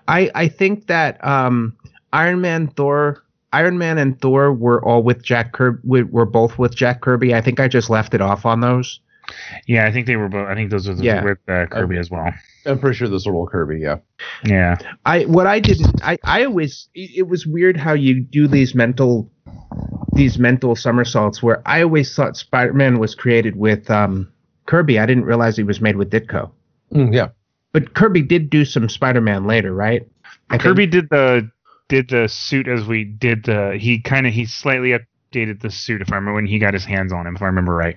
Speaker 5: I I think that um, Iron Man, Thor, Iron Man, and Thor were all with Jack Kirby. We were both with Jack Kirby. I think I just left it off on those.
Speaker 3: Yeah, I think they were both. I think those were the-
Speaker 5: Yeah.
Speaker 3: with uh, Kirby as well.
Speaker 6: I'm pretty sure this will Kirby. Yeah.
Speaker 3: Yeah,
Speaker 5: I what I didn't. I I always. It, it was weird how you do these mental, these mental somersaults. Where I always thought Spider Man was created with um, Kirby. I didn't realize he was made with Ditko.
Speaker 6: Mm, yeah.
Speaker 5: But Kirby did do some Spider Man later, right? I think-
Speaker 3: Kirby did the did the suit as we did the. He kind of he slightly updated the suit if I remember when he got his hands on him if I remember right.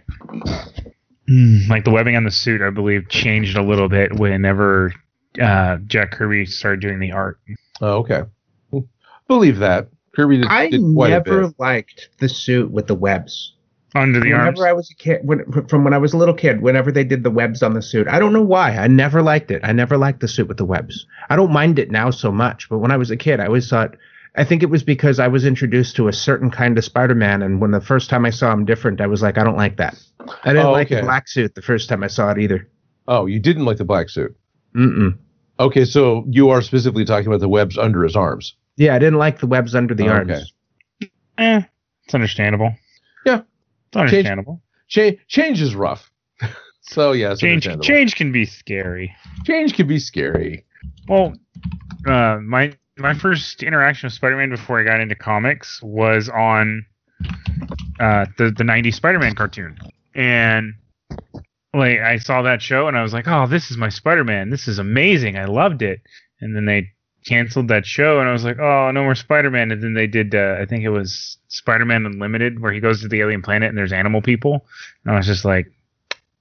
Speaker 3: Like the webbing on the suit, I believe changed a little bit whenever uh, Jack Kirby started doing the art.
Speaker 6: Oh, okay. Believe that. Kirby did,
Speaker 5: I
Speaker 6: did quite a
Speaker 5: never
Speaker 6: bit.
Speaker 5: liked the suit with the webs.
Speaker 3: Under the arms.
Speaker 5: whenever I was a kid, when, from when I was a little kid, whenever they did the webs on the suit, I don't know why. I never liked it. I never liked the suit with the webs. I don't mind it now so much, but when I was a kid, I always thought. I think it was because I was introduced to a certain kind of Spider-Man, and when the first time I saw him different, I was like, I don't like that. I didn't
Speaker 6: Oh,
Speaker 5: like the
Speaker 6: okay.
Speaker 5: black suit the first time I saw it either.
Speaker 6: Oh, you didn't like the black suit.
Speaker 5: Mm-mm.
Speaker 6: Okay, so you are specifically talking about the webs under his arms.
Speaker 5: Yeah, I didn't like the webs under the
Speaker 6: Oh, Okay.
Speaker 5: arms.
Speaker 3: Eh, it's understandable.
Speaker 6: Yeah.
Speaker 3: It's understandable.
Speaker 6: Cha- change is rough. so yeah, it's
Speaker 3: Change
Speaker 6: understandable.
Speaker 3: change can be scary.
Speaker 6: change can be scary.
Speaker 3: Well, uh, my my first interaction with Spider-Man before I got into comics was on uh, the the '90s Spider-Man cartoon, and like I saw that show and I was like, "Oh, this is my Spider-Man. This is amazing. I loved it." And then they canceled that show, and I was like, "Oh, no more Spider-Man." And then they did, uh, I think it was Spider-Man Unlimited, where he goes to the alien planet and there's animal people, and I was just like,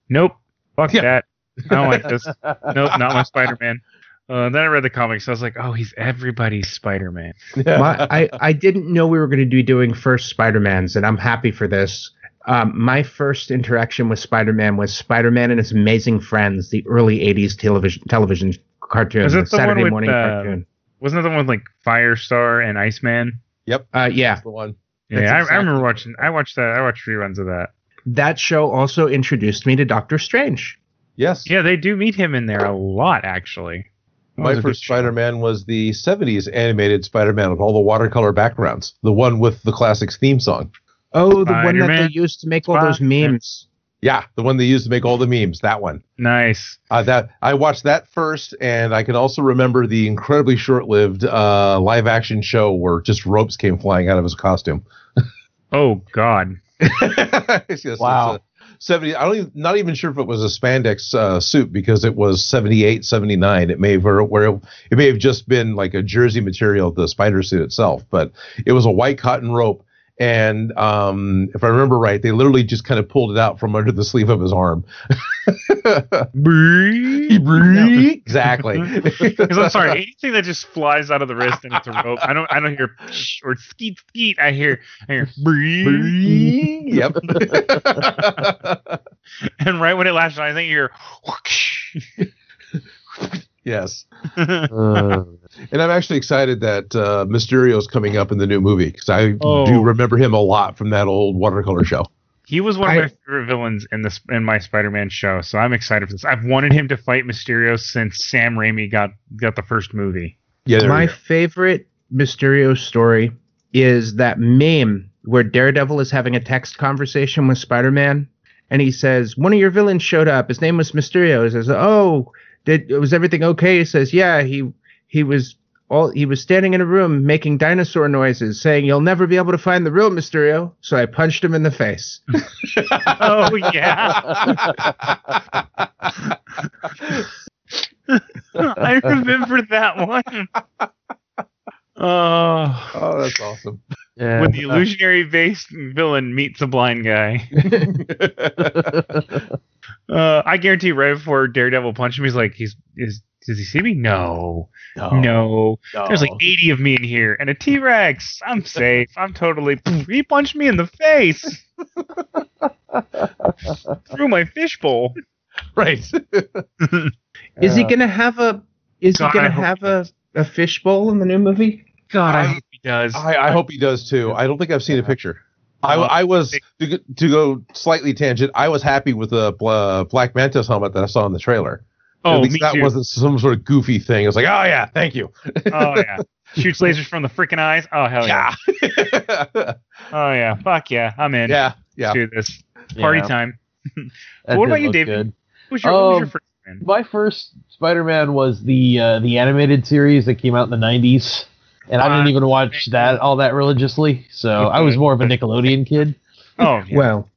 Speaker 3: "Nope, fuck
Speaker 6: Yeah.
Speaker 3: that. I don't like this. nope, not my Spider-Man." Uh, then I read the comics. So I was like, "Oh, he's everybody's Spider-Man."
Speaker 5: my, uh, I, I didn't know we were going to be doing first Spider-Mans, and I'm happy for this. Um, my first interaction with Spider-Man was Spider-Man and His Amazing Friends, the early '80s television television cartoon,
Speaker 3: Is it the one
Speaker 5: Saturday
Speaker 3: with,
Speaker 5: morning
Speaker 3: uh,
Speaker 5: cartoon.
Speaker 3: Wasn't that the one with like Firestar and Iceman?
Speaker 5: Uh, yeah,
Speaker 6: The one.
Speaker 3: Yeah,
Speaker 5: That's
Speaker 3: I, I
Speaker 5: exactly-
Speaker 3: remember watching. I watched that. I watched reruns of that.
Speaker 5: that show also introduced me to Doctor Strange.
Speaker 6: Yes.
Speaker 3: Yeah, they do meet him in there a lot, actually. That was
Speaker 6: My
Speaker 3: a good
Speaker 6: first
Speaker 3: show.
Speaker 6: Spider-Man was the '70s animated Spider-Man with all the watercolor backgrounds, the one with the classics theme song.
Speaker 5: Oh, the one that
Speaker 3: Spider-Man,
Speaker 5: they used to make all those
Speaker 3: Spider-Man.
Speaker 5: memes.
Speaker 6: Yeah, the one they used to make all the memes. That one.
Speaker 3: Nice.
Speaker 6: Uh, that I watched that first, and I can also remember the incredibly short-lived uh, live-action show where just ropes came flying out of his costume.
Speaker 3: Oh God.
Speaker 6: It's just- it's
Speaker 7: Wow.
Speaker 6: a Seventy. I don't. Even, not even sure if it was a spandex uh, suit because it was 78, 79. It may have or where it, it may have just been like a jersey material, the spider suit itself, but it was a white cotton rope. And um, if I remember right, they literally just kind of pulled it out from under the sleeve of his arm. exactly.
Speaker 3: Because I'm sorry, anything that just flies out of the wrist and it's a rope, I don't, I don't hear psh or skeet skeet. I hear, I hear, brrrr.
Speaker 6: yep.
Speaker 3: and right when it latches on, I think you hear, whoosh.
Speaker 6: yes.
Speaker 7: Uh,
Speaker 6: And I'm actually excited that uh, Mysterio's coming up in the new movie because I
Speaker 3: Oh.
Speaker 6: do remember him a lot from that old watercolor show.
Speaker 3: He was one of
Speaker 5: I-
Speaker 3: my favorite villains in this in my Spider-Man show, so I'm excited for this. I've wanted him to fight Mysterio since Sam Raimi got got the first movie.
Speaker 6: Yeah. there
Speaker 5: My
Speaker 6: you go.
Speaker 5: favorite Mysterio story is that meme where Daredevil is having a text conversation with Spider Man, and he says, "One of your villains showed up. His name was Mysterio." He says, "Oh, did was everything okay?" He says, "Yeah, he he was." All, he was standing in a room making dinosaur noises, saying, You'll never be able to find the real Mysterio. So I punched him in the face.
Speaker 3: oh yeah, I remember that one. Oh,
Speaker 6: oh, that's awesome.
Speaker 7: yeah.
Speaker 3: when the illusionary based villain meets a blind guy. Uh, I guarantee right before Daredevil punched him, he's like, he's is does he see me? No,
Speaker 6: Oh.
Speaker 3: no. There's like 80 of me in here and a T Rex. I'm safe. I'm totally. He punched me in the face through my fishbowl.
Speaker 6: right.
Speaker 7: Uh,
Speaker 5: Is he going to have a. Is
Speaker 3: God,
Speaker 5: he
Speaker 3: I
Speaker 5: gonna
Speaker 3: hope
Speaker 5: have a, a fishbowl in the new movie?
Speaker 3: God, I hope he does.
Speaker 6: I, I hope he does too. I don't think I've seen a picture. I, I was to, go- to go slightly tangent. I was happy with the uh, Black Mantis helmet that I saw in the trailer. At
Speaker 3: Oh,
Speaker 6: least
Speaker 3: me
Speaker 6: that
Speaker 3: too.
Speaker 6: wasn't some sort of goofy thing. It was like, oh yeah, thank you.
Speaker 3: oh yeah. Shoots lasers from the freaking eyes. Oh hell yeah.
Speaker 6: yeah,
Speaker 3: Oh yeah. Fuck yeah. I'm in.
Speaker 6: yeah, yeah.
Speaker 3: Let's do this. Party
Speaker 7: Yeah,
Speaker 3: time.
Speaker 7: that
Speaker 3: What
Speaker 7: did
Speaker 3: about you,
Speaker 7: look
Speaker 3: David?
Speaker 7: good.
Speaker 3: What was your, what was
Speaker 7: Um,
Speaker 3: your first one?
Speaker 7: My first Spider-Man was the uh, the animated series that came out in the '90s, and I
Speaker 3: Uh,
Speaker 7: didn't even watch that all that religiously. So I was more of a Nickelodeon kid.
Speaker 3: Oh yeah.
Speaker 5: Well,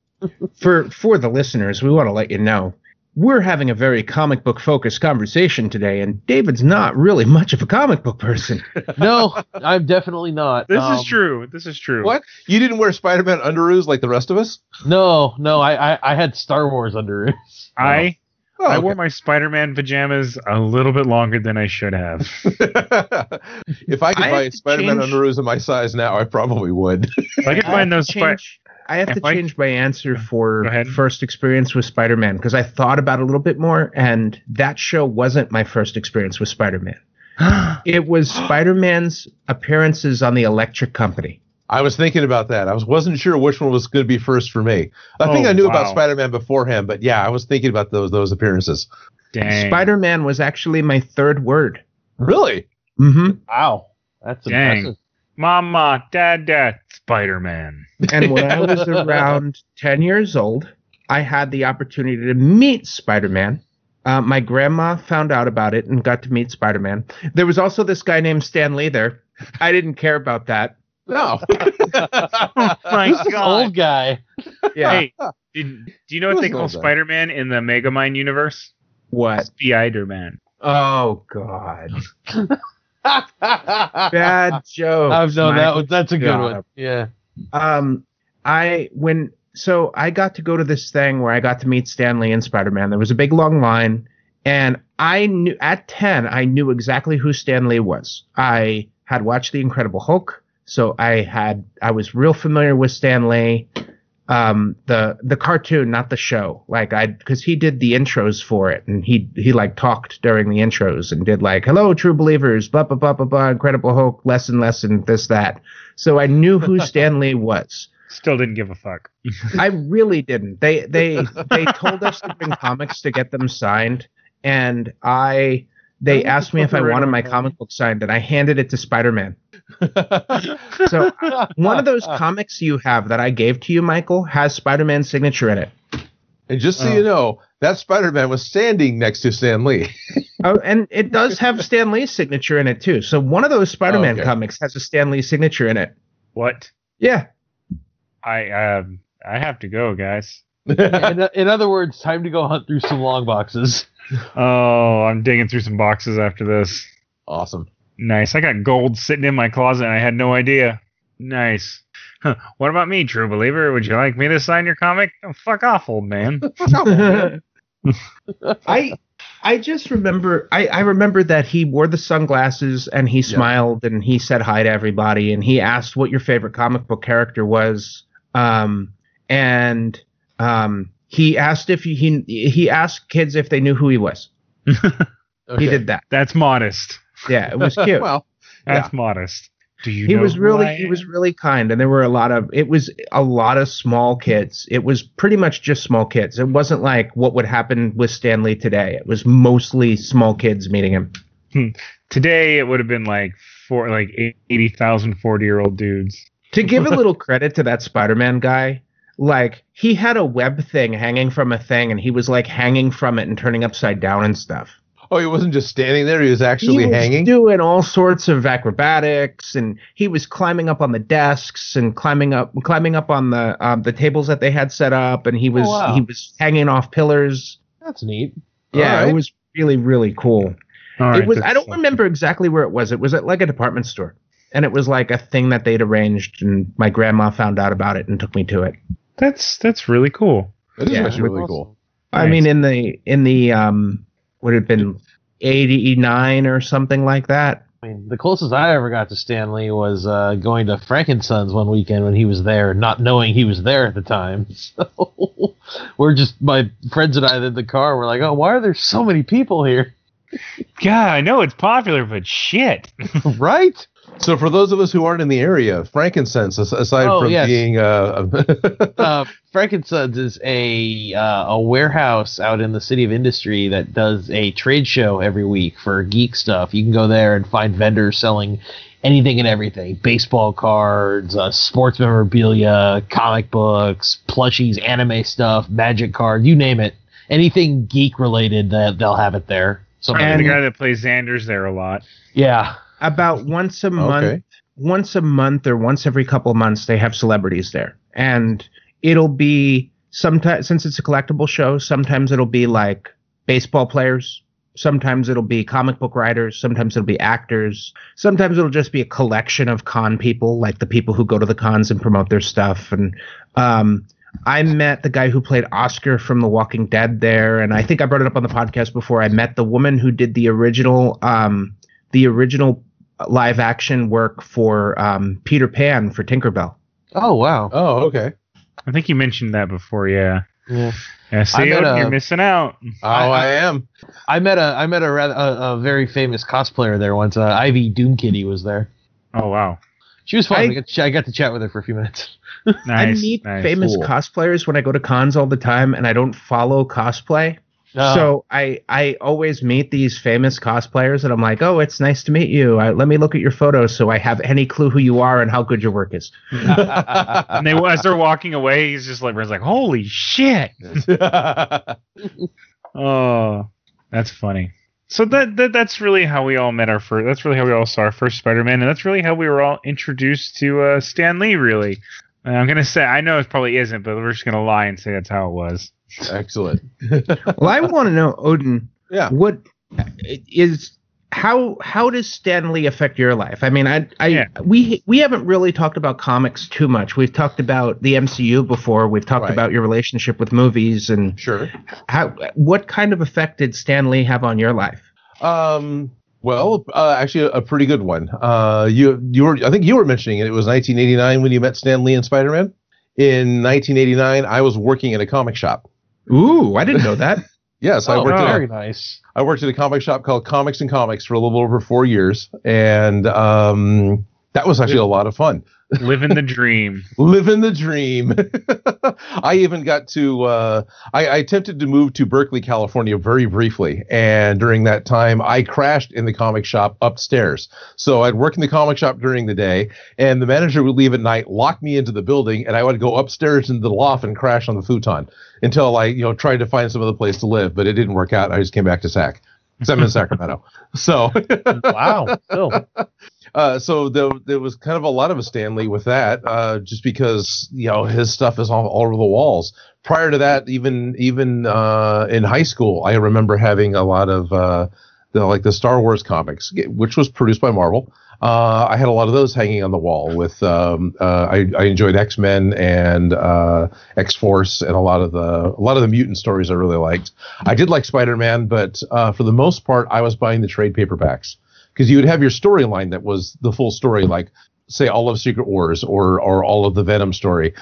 Speaker 5: for for the listeners, we want to let you know we're having a very comic book focused conversation today, and David's not really much of a comic book person.
Speaker 7: No, I'm definitely not.
Speaker 3: this
Speaker 7: Um,
Speaker 3: is true. This is true.
Speaker 6: What? You didn't wear Spider-Man underoos like the rest of us?
Speaker 7: No, no, I I, I had Star Wars under it.
Speaker 3: I
Speaker 6: Oh,
Speaker 3: I
Speaker 6: okay.
Speaker 3: wore my Spider-Man pajamas a little bit longer than I should have.
Speaker 6: if I could
Speaker 5: I
Speaker 6: buy
Speaker 5: have to
Speaker 6: Spider-Man
Speaker 5: change-
Speaker 6: underoos in my size now, I probably would.
Speaker 3: If I could find those Spi-
Speaker 5: change, I have to
Speaker 3: if I-
Speaker 5: change my answer for
Speaker 3: Go ahead.
Speaker 5: first experience with Spider Man because I thought about it a little bit more, and that show wasn't my first experience with Spider Man. it was Spider Man's appearances on the Electric Company.
Speaker 6: I was thinking about that. I was wasn't sure which one was going to be first for me. I think
Speaker 3: Oh,
Speaker 6: I knew
Speaker 3: wow.
Speaker 6: about Spider-Man beforehand, but yeah, I was thinking about those those appearances.
Speaker 3: Dang.
Speaker 5: Spider Man was actually my third word.
Speaker 6: Really?
Speaker 5: hmm
Speaker 7: Wow, that's
Speaker 3: Dang.
Speaker 7: impressive.
Speaker 3: Mama, Dad, Dad, Spider-Man.
Speaker 5: And when I was around 10 years old, I had the opportunity to meet Spider Man. Uh, my grandma found out about it and got to meet Spider Man. There was also this guy named Stan Lee there. I didn't care about that.
Speaker 6: No.
Speaker 3: Oh My
Speaker 7: Who's this old guy?
Speaker 5: Yeah.
Speaker 3: Hey, did, do you know what
Speaker 6: Who's
Speaker 3: they call
Speaker 6: old guy?
Speaker 3: Spider-Man in the Mega Mind universe?
Speaker 5: What?
Speaker 3: Spider-Man.
Speaker 5: Oh, God.
Speaker 7: I've
Speaker 5: Bad joke.
Speaker 7: known that
Speaker 5: Michael.
Speaker 7: one. That's a good
Speaker 5: God.
Speaker 7: one. Yeah.
Speaker 5: um i when so i got to go to this thing where i got to meet stanley and spider-man there was a big long line and i knew at 10 i knew exactly who stanley was i had watched the incredible hulk so i had i was real familiar with stanley um the the cartoon not the show like i because he did the intros for it and he he like talked during the intros and did like hello true believers blah blah blah blah blah incredible hulk lesson lesson this that so I knew who Stanley was.
Speaker 3: Still didn't give a fuck.
Speaker 5: I really didn't. They they they told us to bring comics to get them signed, and I they asked me if I wanted my comic book signed, and I handed it to Spider Man. So one of those comics you have that I gave to you, Michael, has Spider Man's signature in it.
Speaker 6: and just so you know, that Spider-Man was standing next to Stan Lee.
Speaker 5: Oh, and it does have Stan Lee's signature in it too. So one of those Spider Man
Speaker 6: Okay.
Speaker 5: comics has a Stan Lee signature in it.
Speaker 3: What?
Speaker 5: Yeah.
Speaker 3: I um I have to go, guys.
Speaker 7: in, in other words, time to go hunt through some long boxes.
Speaker 3: Oh, I'm digging through some boxes after this.
Speaker 6: awesome.
Speaker 3: Nice. I got gold sitting in my closet and I had no idea. Nice. Huh. What about me, true believer? Would you like me to sign your comic? Oh, fuck off, old man.
Speaker 5: I I just remember I, I remember that he wore the sunglasses and he smiled and he said hi to everybody and he asked what your favorite comic book character was. Um and um he asked if he he, he asked kids if they knew who he was. He did that.
Speaker 3: That's modest.
Speaker 5: Yeah, it was cute.
Speaker 6: well,
Speaker 3: That's modest. Do you
Speaker 5: he
Speaker 3: know
Speaker 5: was
Speaker 3: who
Speaker 5: really
Speaker 3: I
Speaker 5: he
Speaker 3: am?
Speaker 5: was really kind and there were a lot of it was a lot of small kids it was pretty much just small kids it wasn't like what would happen with stanley today it was mostly small kids meeting him
Speaker 3: today it would have been like four like 80,000 40 year old dudes.
Speaker 5: to give a little credit to that spider-man guy like he had a web thing hanging from a thing and he was like hanging from it and turning upside down and stuff
Speaker 6: oh, he wasn't just standing there; he was actually
Speaker 5: he was
Speaker 6: hanging.
Speaker 5: doing all sorts of acrobatics and he was climbing up on the desks and climbing up climbing up on the um, the tables that they had set up and he was
Speaker 7: wow.
Speaker 5: he was hanging off pillars
Speaker 7: That's neat.
Speaker 5: yeah
Speaker 6: Alright.
Speaker 5: it was really really cool
Speaker 3: All
Speaker 5: it was
Speaker 3: that's-
Speaker 5: i don't remember exactly where it was it was at like a department store and it was like a thing that they'd arranged and my grandma found out about it and took me to it
Speaker 3: That's that's really cool.
Speaker 6: That is
Speaker 5: Yeah.
Speaker 6: actually really cool.
Speaker 5: I
Speaker 3: Nice.
Speaker 5: mean, in the in the um, would it have been eighty nine or something like that.
Speaker 7: I mean, the closest I ever got to Stanley was uh, going to Frankenson's one weekend when he was there, not knowing he was there at the time. So we're just my friends and I in the car. We're like, "Oh, why are there so many people here?"
Speaker 3: God, I know it's popular, but shit.
Speaker 7: right?
Speaker 6: So, for those of us who aren't in the area, frankincense, as- aside
Speaker 7: Oh,
Speaker 6: from
Speaker 7: yes.
Speaker 6: being uh,
Speaker 7: uh, Frankensuds is a uh, a warehouse out in the city of industry that does a trade show every week for geek stuff. You can go there and find vendors selling anything and everything: baseball cards, uh, sports memorabilia, comic books, plushies, anime stuff, magic cards, you name it. Anything geek related, that they'll have it there. So
Speaker 3: Probably the
Speaker 5: And-
Speaker 3: guy that plays Xander's there a lot.
Speaker 7: yeah,
Speaker 5: about once a
Speaker 6: Okay.
Speaker 5: month once a month or once every couple of months they have celebrities there and it'll be sometimes since it's a collectible show sometimes it'll be like baseball players sometimes it'll be comic book writers sometimes it'll be actors sometimes it'll just be a collection of con people like the people who go to the cons and promote their stuff and um I met the guy who played Oscar from The Walking Dead there, and I think I brought it up on the podcast before. I met the woman who did the original, um, the original live action work for um, Peter Pan for Tinkerbell.
Speaker 7: oh wow,
Speaker 6: oh, okay.
Speaker 3: I think you mentioned that before, yeah.
Speaker 7: Yeah.
Speaker 3: Yeah, see,
Speaker 7: met
Speaker 3: Odin,
Speaker 7: a-
Speaker 3: you're missing out.
Speaker 6: Oh, I, am.
Speaker 7: I met a I met a rather a, a very famous cosplayer there once. Uh, Ivy Doomkitty was there.
Speaker 3: Oh, wow.
Speaker 7: She was fun.
Speaker 5: I-
Speaker 7: I, got to, ch- I got to chat with her for a few minutes.
Speaker 3: Nice.
Speaker 5: I meet
Speaker 3: nice.
Speaker 5: famous
Speaker 6: Cool.
Speaker 5: cosplayers when I go to cons all the time, and I don't follow cosplay.
Speaker 3: Ah.
Speaker 7: Uh,
Speaker 5: So I I always meet these famous cosplayers, and I'm like, oh, it's nice to meet you. I, let me look at your photos so I have any clue who you are and how good your work is.
Speaker 3: And they, as they're walking away, he's just like, he's like, holy shit. Oh, that's funny. So that, that that's really how we all met our first. That's really how we all saw our first Spider-Man, and that's really how we were all introduced to uh, Stan Lee. Really, And I'm gonna say I know it probably isn't, but we're just gonna lie and say that's how it was.
Speaker 6: Excellent.
Speaker 5: well, I want to know, Odin.
Speaker 6: Yeah.
Speaker 5: What is how how does Stanley affect your life? I mean, I I
Speaker 3: Yeah.
Speaker 5: we we haven't really talked about comics too much. We've talked about the MCU before. We've talked
Speaker 6: Right.
Speaker 5: about your relationship with movies and
Speaker 6: Sure.
Speaker 5: how what kind of effect did Stanley have on your life?
Speaker 6: Um, well, uh, actually, a pretty good one. Uh, you you were I think you were mentioning it. It was 1989 when you met Stan Lee and Spider Man. In 1989, I was working at a comic shop.
Speaker 5: Ooh, I didn't know that.
Speaker 6: Yes, I
Speaker 7: oh,
Speaker 6: worked. At
Speaker 7: very
Speaker 6: a,
Speaker 7: nice.
Speaker 6: I worked at a comic shop called Comics and Comics for a little over four years, and um, that was actually a lot of fun.
Speaker 3: Living the dream.
Speaker 6: living the dream. I even got to, uh, I, I attempted to move to Berkeley, California very briefly. And during that time, I crashed in the comic shop upstairs. So I'd work in the comic shop during the day, and the manager would leave at night, lock me into the building, and I would go upstairs into the loft and crash on the futon until I, you know, tried to find some other place to live. But it didn't work out. I just came back to SAC. 'cause I'm in Sacramento. So.
Speaker 7: Wow. Phil.
Speaker 6: Uh, so there, there was kind of a lot of a Stanley with that, uh, just because you know his stuff is all, all over the walls. Prior to that, even even uh, in high school, I remember having a lot of uh, the, like the Star Wars comics, which was produced by Marvel. Uh, I had a lot of those hanging on the wall. With um, uh, I, I enjoyed X Men and uh, X Force and a lot of the a lot of the mutant stories I really liked. I did like Spider Man, but uh, for the most part, I was buying the trade paperbacks because you would have your storyline that was the full story, like say all of Secret Wars or or all of the Venom story.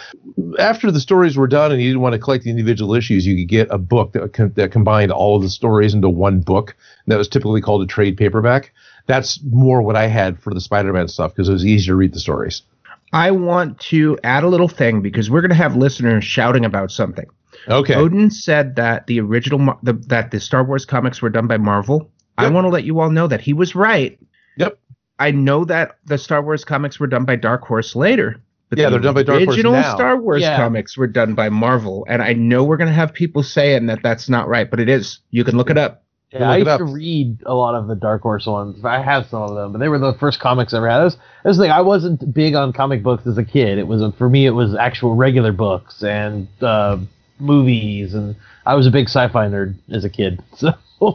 Speaker 6: After the stories were done and you didn't want to collect the individual issues, you could get a book that com- that combined all of the stories into one book. And that was typically called a trade paperback. That's more what I had for the Spider-Man stuff because it was easier to read the stories.
Speaker 5: I want to add a little thing because we're going to have listeners shouting about something.
Speaker 6: Okay.
Speaker 5: Odin said that the original Mar- the, that the Star Wars comics were done by Marvel. I
Speaker 6: Yep.
Speaker 5: want to let you all know that he was right.
Speaker 6: Yep.
Speaker 5: I know that the Star Wars comics were done by Dark Horse later. But
Speaker 6: Yeah,
Speaker 5: the
Speaker 6: they're done by Dark Horse
Speaker 5: Original
Speaker 6: now.
Speaker 5: Star Wars
Speaker 7: Yeah.
Speaker 5: comics were done by Marvel, and I know we're gonna have people saying that that's not right, but it is. You can look it up.
Speaker 7: Yeah,
Speaker 6: Look
Speaker 7: I
Speaker 6: it
Speaker 7: used
Speaker 6: up.
Speaker 7: to read a lot of the Dark Horse ones. I have some of them, but they were the first comics I ever had. That was, that was the thing. I wasn't big on comic books as a kid. It was for me, it was actual regular books and uh, movies, and I was a big sci-fi nerd as a kid. So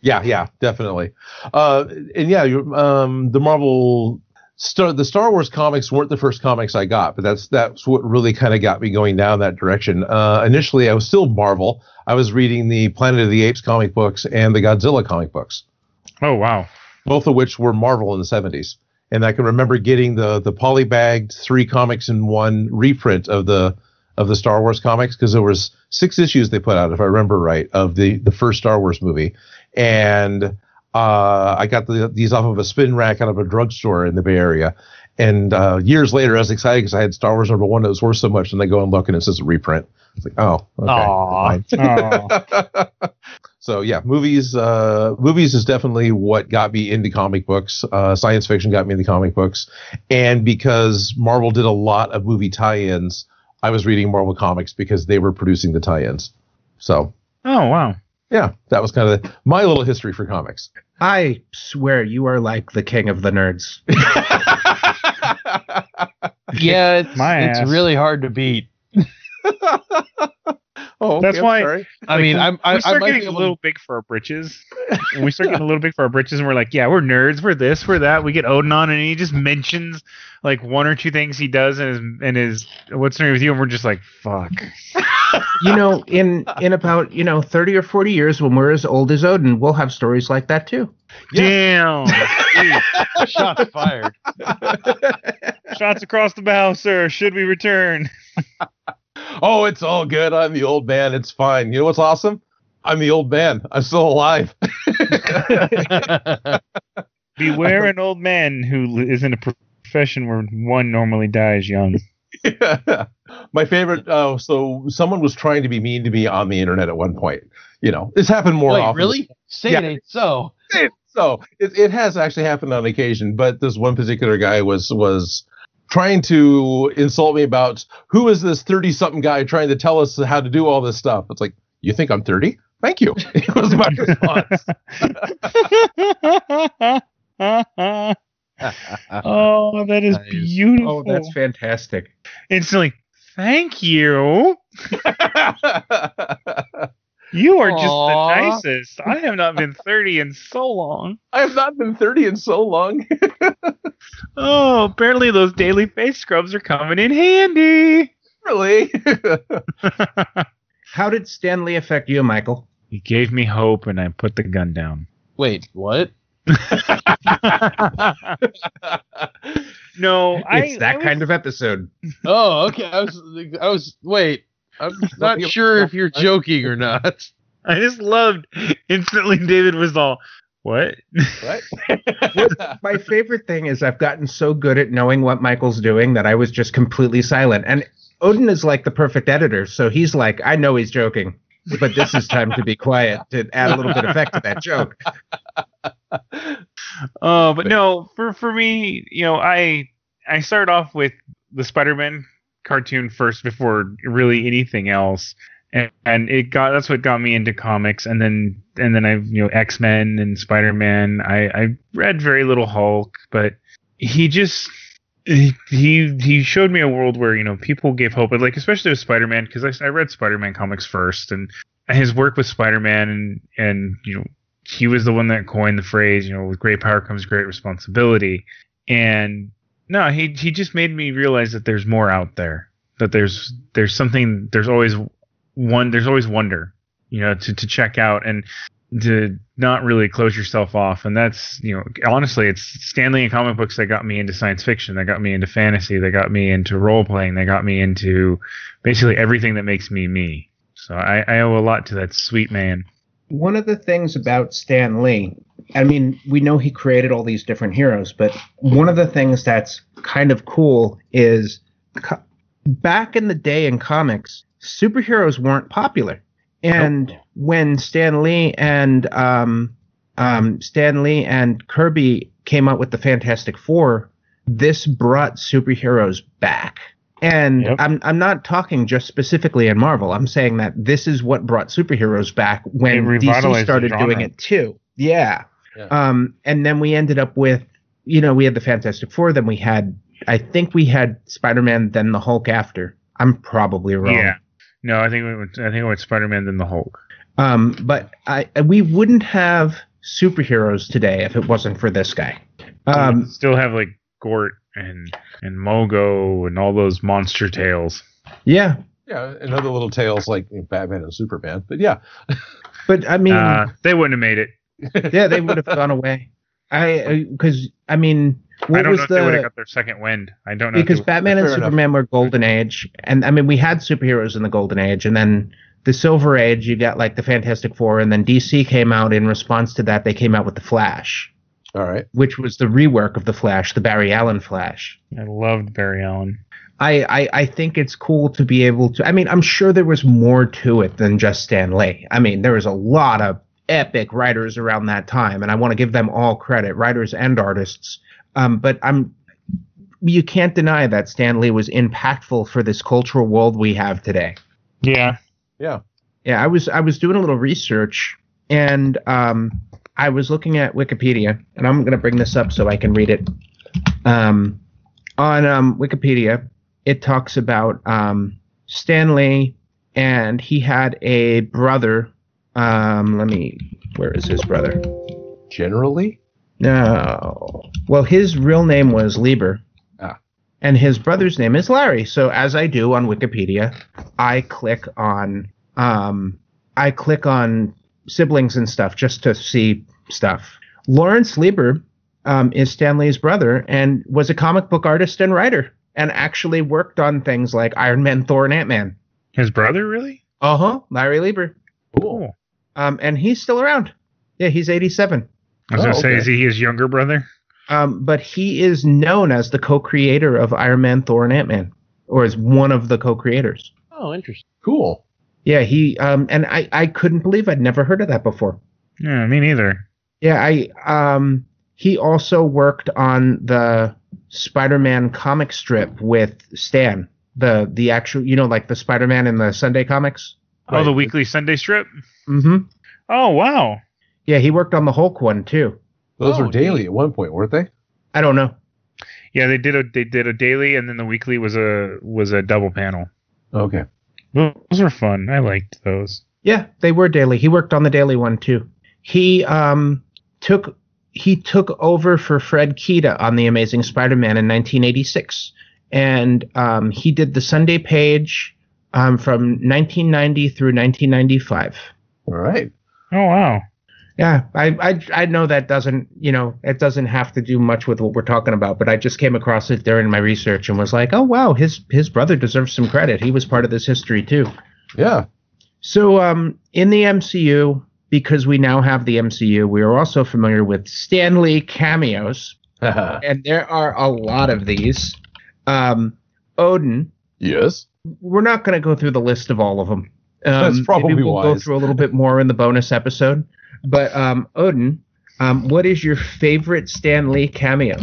Speaker 6: Yeah, yeah, definitely. Uh, and yeah, you, um, the Marvel Star, the Star Wars comics weren't the first comics I got, but that's that's what really kind of got me going down that direction. Uh, initially, I was still Marvel. I was reading the Planet of the Apes comic books and the Godzilla comic books,
Speaker 3: Oh wow.
Speaker 6: both of which were Marvel in the seventies. And I can remember getting the the polybagged three comics in one reprint of the of the Star Wars comics because there was six issues they put out, if I remember right, of the the first Star Wars movie, and Uh, I got the, these off of a spin rack out of a drugstore in the Bay Area. And uh, years later, I was excited because I had Star Wars number one that was worth so much. And I go and look, and it says a reprint. It's like, oh, okay.
Speaker 7: Aw.
Speaker 3: Oh,
Speaker 6: so yeah, movies. Uh, movies is definitely what got me into comic books. Uh, science fiction got me into comic books, and because Marvel did a lot of movie tie-ins, I was reading Marvel comics because they were producing the tie-ins. So
Speaker 3: oh wow.
Speaker 6: yeah, that was kind of my little history for comics.
Speaker 5: I swear you are like the king of the nerds.
Speaker 7: Yeah, it's,
Speaker 3: My ass.
Speaker 7: it's really hard to beat.
Speaker 6: oh,
Speaker 3: That's
Speaker 6: I'm
Speaker 3: why-
Speaker 6: sorry.
Speaker 7: I mean, I'm, I,
Speaker 3: we
Speaker 7: I
Speaker 3: start
Speaker 7: might be
Speaker 3: getting a
Speaker 7: able
Speaker 3: little big for our britches. And we start getting a little big for our britches, and we're like, yeah, we're nerds, we're this, we're that. We get Odin on, and he just mentions like one or two things he does in his in his what's new with you, and we're just like, fuck.
Speaker 5: you know, in in about you know thirty or forty years, when we're as old as Odin, we'll have stories like that too.
Speaker 3: Damn.
Speaker 7: to shots fired.
Speaker 3: Shots across the bow, sir. Should we return?
Speaker 6: Oh, it's all good. I'm the old man. It's fine. You know what's awesome? I'm the old man. I'm still alive.
Speaker 3: Beware an old man who l- is in a pro- profession where one normally dies young.
Speaker 6: My favorite. Uh, so someone was trying to be mean to me on the internet at one point. You know, this happened more
Speaker 7: Wait,
Speaker 6: often.
Speaker 7: really? Say
Speaker 6: Yeah.
Speaker 7: it ain't so.
Speaker 6: So it, it has actually happened on occasion, but this one particular guy was was trying to insult me about who is this thirty something guy trying to tell us how to do all this stuff. It's like you think I'm thirty? Thank you. It was my response.
Speaker 3: oh, that is
Speaker 7: Nice.
Speaker 3: beautiful.
Speaker 5: Oh, that's fantastic.
Speaker 3: Instantly, thank you. You are
Speaker 7: Aw.
Speaker 3: just the nicest. I have not been 30 in so long.
Speaker 6: I have not been thirty in so long.
Speaker 3: Oh, apparently those daily face scrubs are coming in handy.
Speaker 6: really?
Speaker 5: How did Stanley affect you, Michael?
Speaker 3: he gave me hope and I put the gun down.
Speaker 7: Wait, what?
Speaker 3: No, I
Speaker 5: it's that
Speaker 3: I was-
Speaker 5: kind of episode.
Speaker 7: Oh, okay. I was, I was. Wait, I'm not sure if you're joking or not.
Speaker 3: I just loved instantly David was all what?
Speaker 6: What?
Speaker 5: My favorite thing is I've gotten so good at knowing what Michael's doing that I was just completely silent. And Odin is like the perfect editor, so he's like, I know he's joking, but this is time to be quiet to add a little bit of effect to that joke.
Speaker 3: Oh, but no, for for me, you know, I I started off with the Spider-Man cartoon first before really anything else. And, and it got that's what got me into comics and then and then I've you know X-Men and Spider-Man. I I read very little Hulk, but he just he he he showed me a world where you know people gave hope and like especially with Spider-Man because I, I read Spider-Man comics first and his work with Spider-Man and and you know he was the one that coined the phrase, you know, with great power comes great responsibility. And no, he he just made me realize that there's more out there. That there's there's something there's always one there's always wonder, you know, to, to check out and to not really close yourself off. And that's you know, honestly, it's Stanley and comic books that got me into science fiction, that got me into fantasy, that got me into role playing, that got me into basically everything that makes me me. So I, I owe a lot to that sweet man.
Speaker 5: One of the things about Stan Lee, I mean, we know he created all these different heroes, but one of the things that's kind of cool is co- back in the day in comics, superheroes weren't popular. And when Stan Lee and um, um, Stan Lee and Kirby came out with the Fantastic Four, this brought superheroes back. And
Speaker 3: Yep.
Speaker 5: I'm I'm not talking just specifically in Marvel. I'm saying that this is what brought superheroes back when
Speaker 3: It
Speaker 5: DC
Speaker 3: revitalized
Speaker 5: started
Speaker 3: the
Speaker 5: doing
Speaker 3: genre.
Speaker 5: it too. Yeah.
Speaker 6: Yeah.
Speaker 5: Um, and then we ended up with, you know, we had the Fantastic Four. Then we had, I think we had Spider Man, then the Hulk after. I'm probably wrong.
Speaker 3: Yeah. No, I think it went, I think it went Spider Man then the Hulk.
Speaker 5: Um, but I we wouldn't have superheroes today if it wasn't for this guy. Um,
Speaker 3: Still have like Gort and and Mogo and all those monster tales.
Speaker 5: yeah.
Speaker 6: Yeah, and other little tales like Batman and Superman. But yeah,
Speaker 5: But I mean,
Speaker 3: Uh, they wouldn't have made it.
Speaker 5: yeah, they would have gone away. I because I mean,
Speaker 3: I
Speaker 5: what
Speaker 3: don't
Speaker 5: was
Speaker 3: know if they would have
Speaker 5: the
Speaker 3: got their second wind. I don't know. if
Speaker 5: because
Speaker 3: they would-
Speaker 5: Batman and
Speaker 6: Fair enough.
Speaker 5: Superman were golden age, and I mean, we had superheroes in the golden age, and then the Silver Age, you got like the Fantastic Four, and then DC came out in response to that. They came out with the Flash,
Speaker 6: All right.
Speaker 5: which was the rework of the Flash, the Barry Allen Flash.
Speaker 3: I loved Barry Allen.
Speaker 5: I, I, I think it's cool to be able to. I mean, I'm sure there was more to it than just Stan Lee. I mean, there was a lot of epic writers around that time, and I want to give them all credit, writers and artists. Um, but I'm you can't deny that Stan Lee was impactful for this cultural world we have today.
Speaker 3: Yeah.
Speaker 5: Yeah, I was I was doing a little research, and um, I was looking at Wikipedia, and I'm gonna bring this up so I can read it. Um, on um, Wikipedia, it talks about um, Stanley, and he had a brother. Um, let me. Where is his brother?
Speaker 6: Generally?
Speaker 5: No. Well, his real name was Lieber.
Speaker 6: Ah.
Speaker 5: And his brother's name is Larry. So as I do on Wikipedia, I click on um I click on siblings and stuff just to see stuff. Lawrence Lieber um, is Stanley's brother and was a comic book artist and writer and actually worked on things like Iron Man, Thor, and Ant Man.
Speaker 3: His brother, really?
Speaker 5: Uh huh. Larry Lieber.
Speaker 3: Cool.
Speaker 5: Um, and he's still around. Yeah, he's 87.
Speaker 3: I was
Speaker 6: Oh,
Speaker 3: gonna say,
Speaker 6: okay.
Speaker 3: is he his younger brother?
Speaker 5: Um, but he is known as the co-creator of Iron Man, Thor, and Ant Man, or as one of the co-creators.
Speaker 7: Oh, interesting.
Speaker 6: Cool.
Speaker 5: Yeah, he um, and I, I couldn't believe I'd never heard of that before.
Speaker 3: Yeah, me neither.
Speaker 5: Yeah, I um, he also worked on the Spider-Man comic strip with Stan, the the actual, you know, like the Spider-Man in the Sunday comics.
Speaker 3: Oh, the
Speaker 6: Right.
Speaker 3: weekly Sunday strip.
Speaker 5: Mm-hmm.
Speaker 3: Oh wow.
Speaker 5: Yeah, he worked on the Hulk one too.
Speaker 6: Those
Speaker 7: Oh,
Speaker 6: were daily at one point, weren't they?
Speaker 5: I don't know.
Speaker 3: Yeah, they did a they did a daily, and then the weekly was a was a double panel.
Speaker 6: Okay.
Speaker 3: Those were fun. I liked those.
Speaker 5: Yeah, they were daily. He worked on the daily one too. He um took he took over for Fred Keita on the Amazing Spider-Man in 1986, and um, he did the Sunday page um, from 1990 through 1995.
Speaker 6: All right.
Speaker 3: Oh wow.
Speaker 5: Yeah, I, I I know that doesn't you know it doesn't have to do much with what we're talking about, but I just came across it during my research and was like, oh wow, his his brother deserves some credit. He was part of this history too.
Speaker 6: Yeah.
Speaker 5: So, um, in the MCU, because we now have the MCU, we are also familiar with Stanley cameos, and there are a lot of these. Um, Odin,
Speaker 6: yes.
Speaker 5: we're not going to go through the list of all of them. Um,
Speaker 6: That's probably
Speaker 5: maybe we'll go
Speaker 6: wise.
Speaker 5: through a little bit more in the bonus episode. But um, Odin, um, what is your favorite Stanley
Speaker 6: Uh,
Speaker 5: cameo?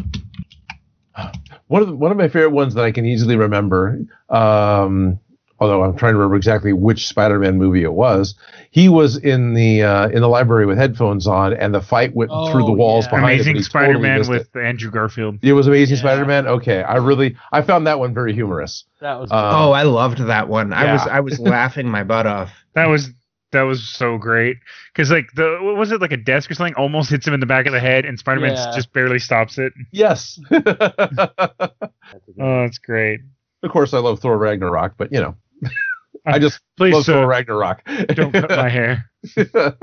Speaker 6: One of the, one of my favorite ones that I can easily remember, um, although I'm trying to remember exactly which Spider-Man movie it was. He was in the uh, in the library with headphones on, and the fight went through the
Speaker 7: Oh,
Speaker 6: walls
Speaker 7: yeah.
Speaker 6: behind him,
Speaker 3: Amazing
Speaker 6: and he totally
Speaker 3: Spider-Man
Speaker 6: missed
Speaker 3: with Andrew Garfield.
Speaker 6: it. It was Amazing
Speaker 7: Yeah.
Speaker 6: Spider-Man. Okay, I really I found that one very humorous.
Speaker 7: That was
Speaker 5: oh,
Speaker 6: Uh,
Speaker 5: I loved that one. I was
Speaker 6: yeah.
Speaker 5: I was laughing my butt off.
Speaker 3: That was that was so great because like the what was it like a desk or something almost hits him in the back of the head, and Spider-Man
Speaker 7: Yeah.
Speaker 3: just barely stops it.
Speaker 6: yes. of
Speaker 7: that's a good
Speaker 3: Oh, that's great.
Speaker 6: course, I love Thor Ragnarok, but you know, I just
Speaker 3: Please,
Speaker 6: love Thor
Speaker 3: sir,
Speaker 6: Ragnarok.
Speaker 3: don't cut my hair.
Speaker 6: my.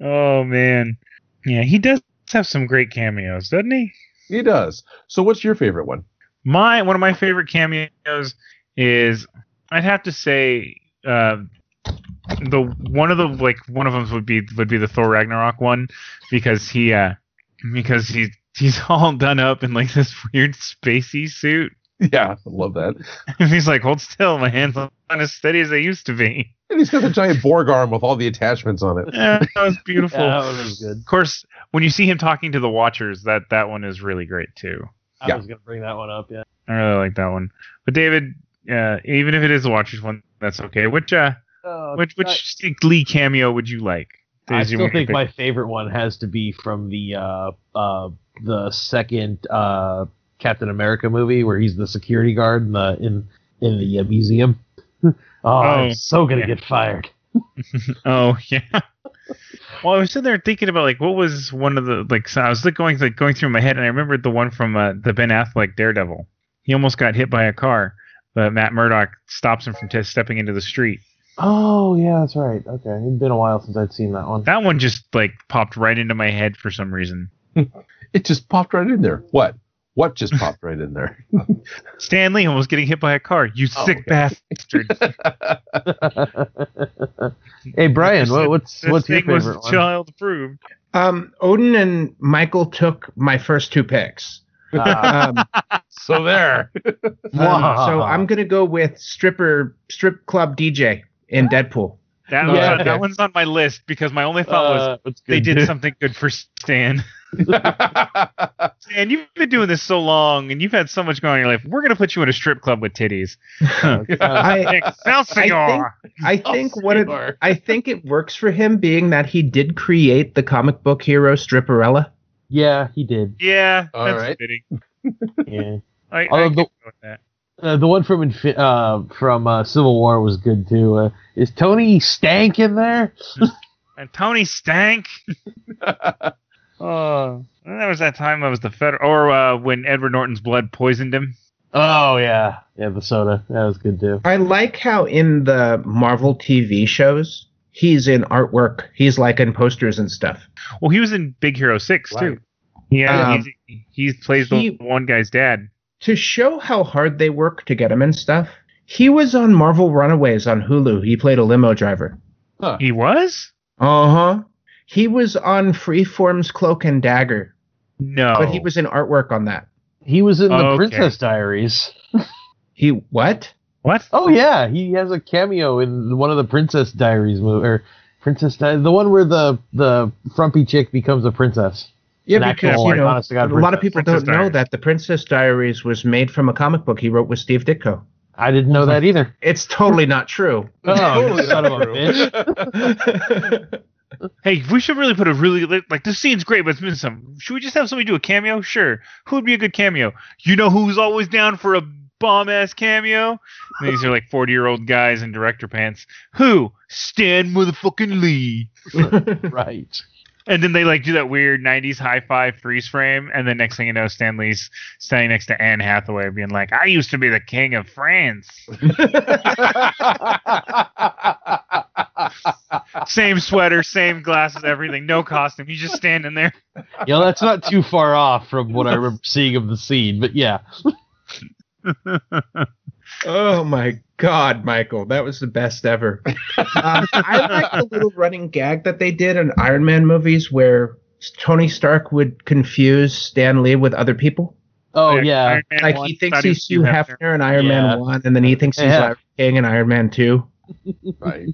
Speaker 3: Oh man, yeah, he does have some great cameos, doesn't he?
Speaker 6: he does. So, what's your favorite one?
Speaker 3: My one of my favorite cameos is I'd have to say uh, the one of the like one of them would be would be the Thor Ragnarok one because he uh because he he's all done up in like this weird spacey suit
Speaker 6: Yeah, I love that.
Speaker 3: and he's like hold still my hands aren't as steady as they used to be.
Speaker 6: And he's got the giant Borg arm with all the attachments on it.
Speaker 3: Yeah, that was beautiful.
Speaker 7: Yeah, that one was good.
Speaker 3: Of course, when you see him talking to the Watchers, that that one is really great too.
Speaker 7: I
Speaker 6: Yeah.
Speaker 7: was gonna bring that one up. Yeah.
Speaker 3: I really like that one. But David, uh, even if it is the Watchers one, that's okay. Which uh.
Speaker 7: Uh,
Speaker 3: Which which Lee cameo would you like?
Speaker 7: I, I
Speaker 3: Is you
Speaker 7: still
Speaker 3: want to
Speaker 7: think
Speaker 3: pick-
Speaker 7: my favorite one has to be from the uh, uh, the second uh, Captain America movie where he's the security guard in the in in the uh, museum. oh,
Speaker 3: Oh,
Speaker 7: I'm so gonna
Speaker 3: yeah.
Speaker 7: get fired.
Speaker 3: Oh yeah. well, I was sitting there thinking about like what was one of the like so I was like going like going through my head and I remembered the one from uh, the Ben Affleck Daredevil. He almost got hit by a car, but Matt Murdock stops him from t- stepping into the street.
Speaker 7: Oh yeah, that's right. Okay, it's been a while since I'd seen that one.
Speaker 3: That one just like popped right into my head for some reason.
Speaker 6: It just popped right in there. What? What just popped right in there?
Speaker 3: Stan Lee almost getting hit by a car. You
Speaker 6: Oh,
Speaker 3: sick
Speaker 6: okay.
Speaker 3: bastard.
Speaker 7: hey Brian, what, what's
Speaker 3: This
Speaker 7: what's your
Speaker 3: thing was
Speaker 7: favorite one?
Speaker 3: child approved.
Speaker 5: Um, Odin and Michael took my first two picks.
Speaker 7: Ah.
Speaker 5: Um,
Speaker 6: so there.
Speaker 5: um, so I'm gonna go with stripper strip club DJ in Deadpool.
Speaker 3: That,
Speaker 7: Yeah.
Speaker 3: one's on-
Speaker 7: Okay.
Speaker 3: that one's on my list because my only thought was
Speaker 7: Uh, it's
Speaker 3: they
Speaker 7: good,
Speaker 3: did
Speaker 7: dude.
Speaker 3: something good for Stan. Stan, you've been doing this so long and you've had so much going on in your life. We're gonna put you in a strip club with titties.
Speaker 7: uh,
Speaker 5: I
Speaker 3: Excelsior!
Speaker 5: I think what it, I think it works for him being that he did create the comic book hero Stripperella.
Speaker 7: Yeah, he did.
Speaker 3: Yeah,
Speaker 6: All
Speaker 3: that's
Speaker 6: right.
Speaker 3: fitting.
Speaker 7: Yeah.
Speaker 3: I, I
Speaker 7: Although
Speaker 3: can
Speaker 7: the-
Speaker 3: go with that.
Speaker 7: Uh, the one from Infi- uh, from uh, Civil War was good too. Uh, is Tony Stank in there?
Speaker 3: And Tony Stank. oh, that was that time I was the federal, or uh, when Edward Norton's blood poisoned him.
Speaker 7: Oh yeah, yeah, the soda that was good too.
Speaker 5: I like how in the Marvel TV shows he's in artwork. He's like in posters and stuff.
Speaker 3: Well, he was in Big Hero Six too. Yeah,
Speaker 5: Um,
Speaker 3: he's, he plays
Speaker 5: he-
Speaker 3: the one guy's dad.
Speaker 5: To show how hard they work to get him and stuff, he was on Marvel Runaways on Hulu. He played a limo driver.
Speaker 3: He was
Speaker 5: Uh huh. He was on Freeform's Cloak and Dagger,
Speaker 3: no,
Speaker 5: but he was in artwork on that.
Speaker 7: He was in the
Speaker 3: Okay.
Speaker 7: Princess Diaries.
Speaker 5: He what?
Speaker 3: what?
Speaker 7: Oh yeah, he has a cameo in one of the Princess Diaries movie or Princess Di- the one where the the frumpy chick becomes a princess.
Speaker 5: Yeah,
Speaker 7: An actual,
Speaker 5: because you
Speaker 7: like,
Speaker 5: know,
Speaker 7: honest to God
Speaker 5: a lot of
Speaker 7: Princess-
Speaker 5: people
Speaker 3: Princess
Speaker 5: don't know
Speaker 3: Diaries.
Speaker 5: that the Princess Diaries was made from a comic book he wrote with Steve Ditko.
Speaker 7: I didn't
Speaker 3: Hmm.
Speaker 7: know that either.
Speaker 5: It's totally not true.
Speaker 7: Oh, you son of a bitch.
Speaker 3: Hey, we should really put a really li- like this scene's great, but it's missing some. Should we just have somebody do a cameo? Sure. Who would be a good cameo? You know who's always down for a bomb ass cameo? And these are like forty year old guys in director pants. Who? Stan motherfucking Lee.
Speaker 7: right.
Speaker 3: And then they like do that weird '90s high five freeze frame, and then next thing you know, Stan Lee's standing next to Anne Hathaway, being like, "I used to be the king of France." same sweater, same glasses, everything, no costume. He's just standing there.
Speaker 7: Yeah, that's not too far off from what I remember seeing of the scene, but yeah.
Speaker 5: oh my God, Michael, that was the best ever. Um, I like the little running gag that they did in Iron Man movies where Tony Stark would confuse Stan Lee with other people.
Speaker 7: Oh
Speaker 3: Like,
Speaker 7: yeah.
Speaker 3: Iron Man
Speaker 5: Like
Speaker 3: one,
Speaker 5: he thinks
Speaker 3: thought he
Speaker 5: he's
Speaker 3: was
Speaker 5: Hugh Hefner, in Iron
Speaker 7: Yeah.
Speaker 5: Man One, and then he thinks he's
Speaker 7: Yeah.
Speaker 5: Larry King in Iron Man Two.
Speaker 6: right.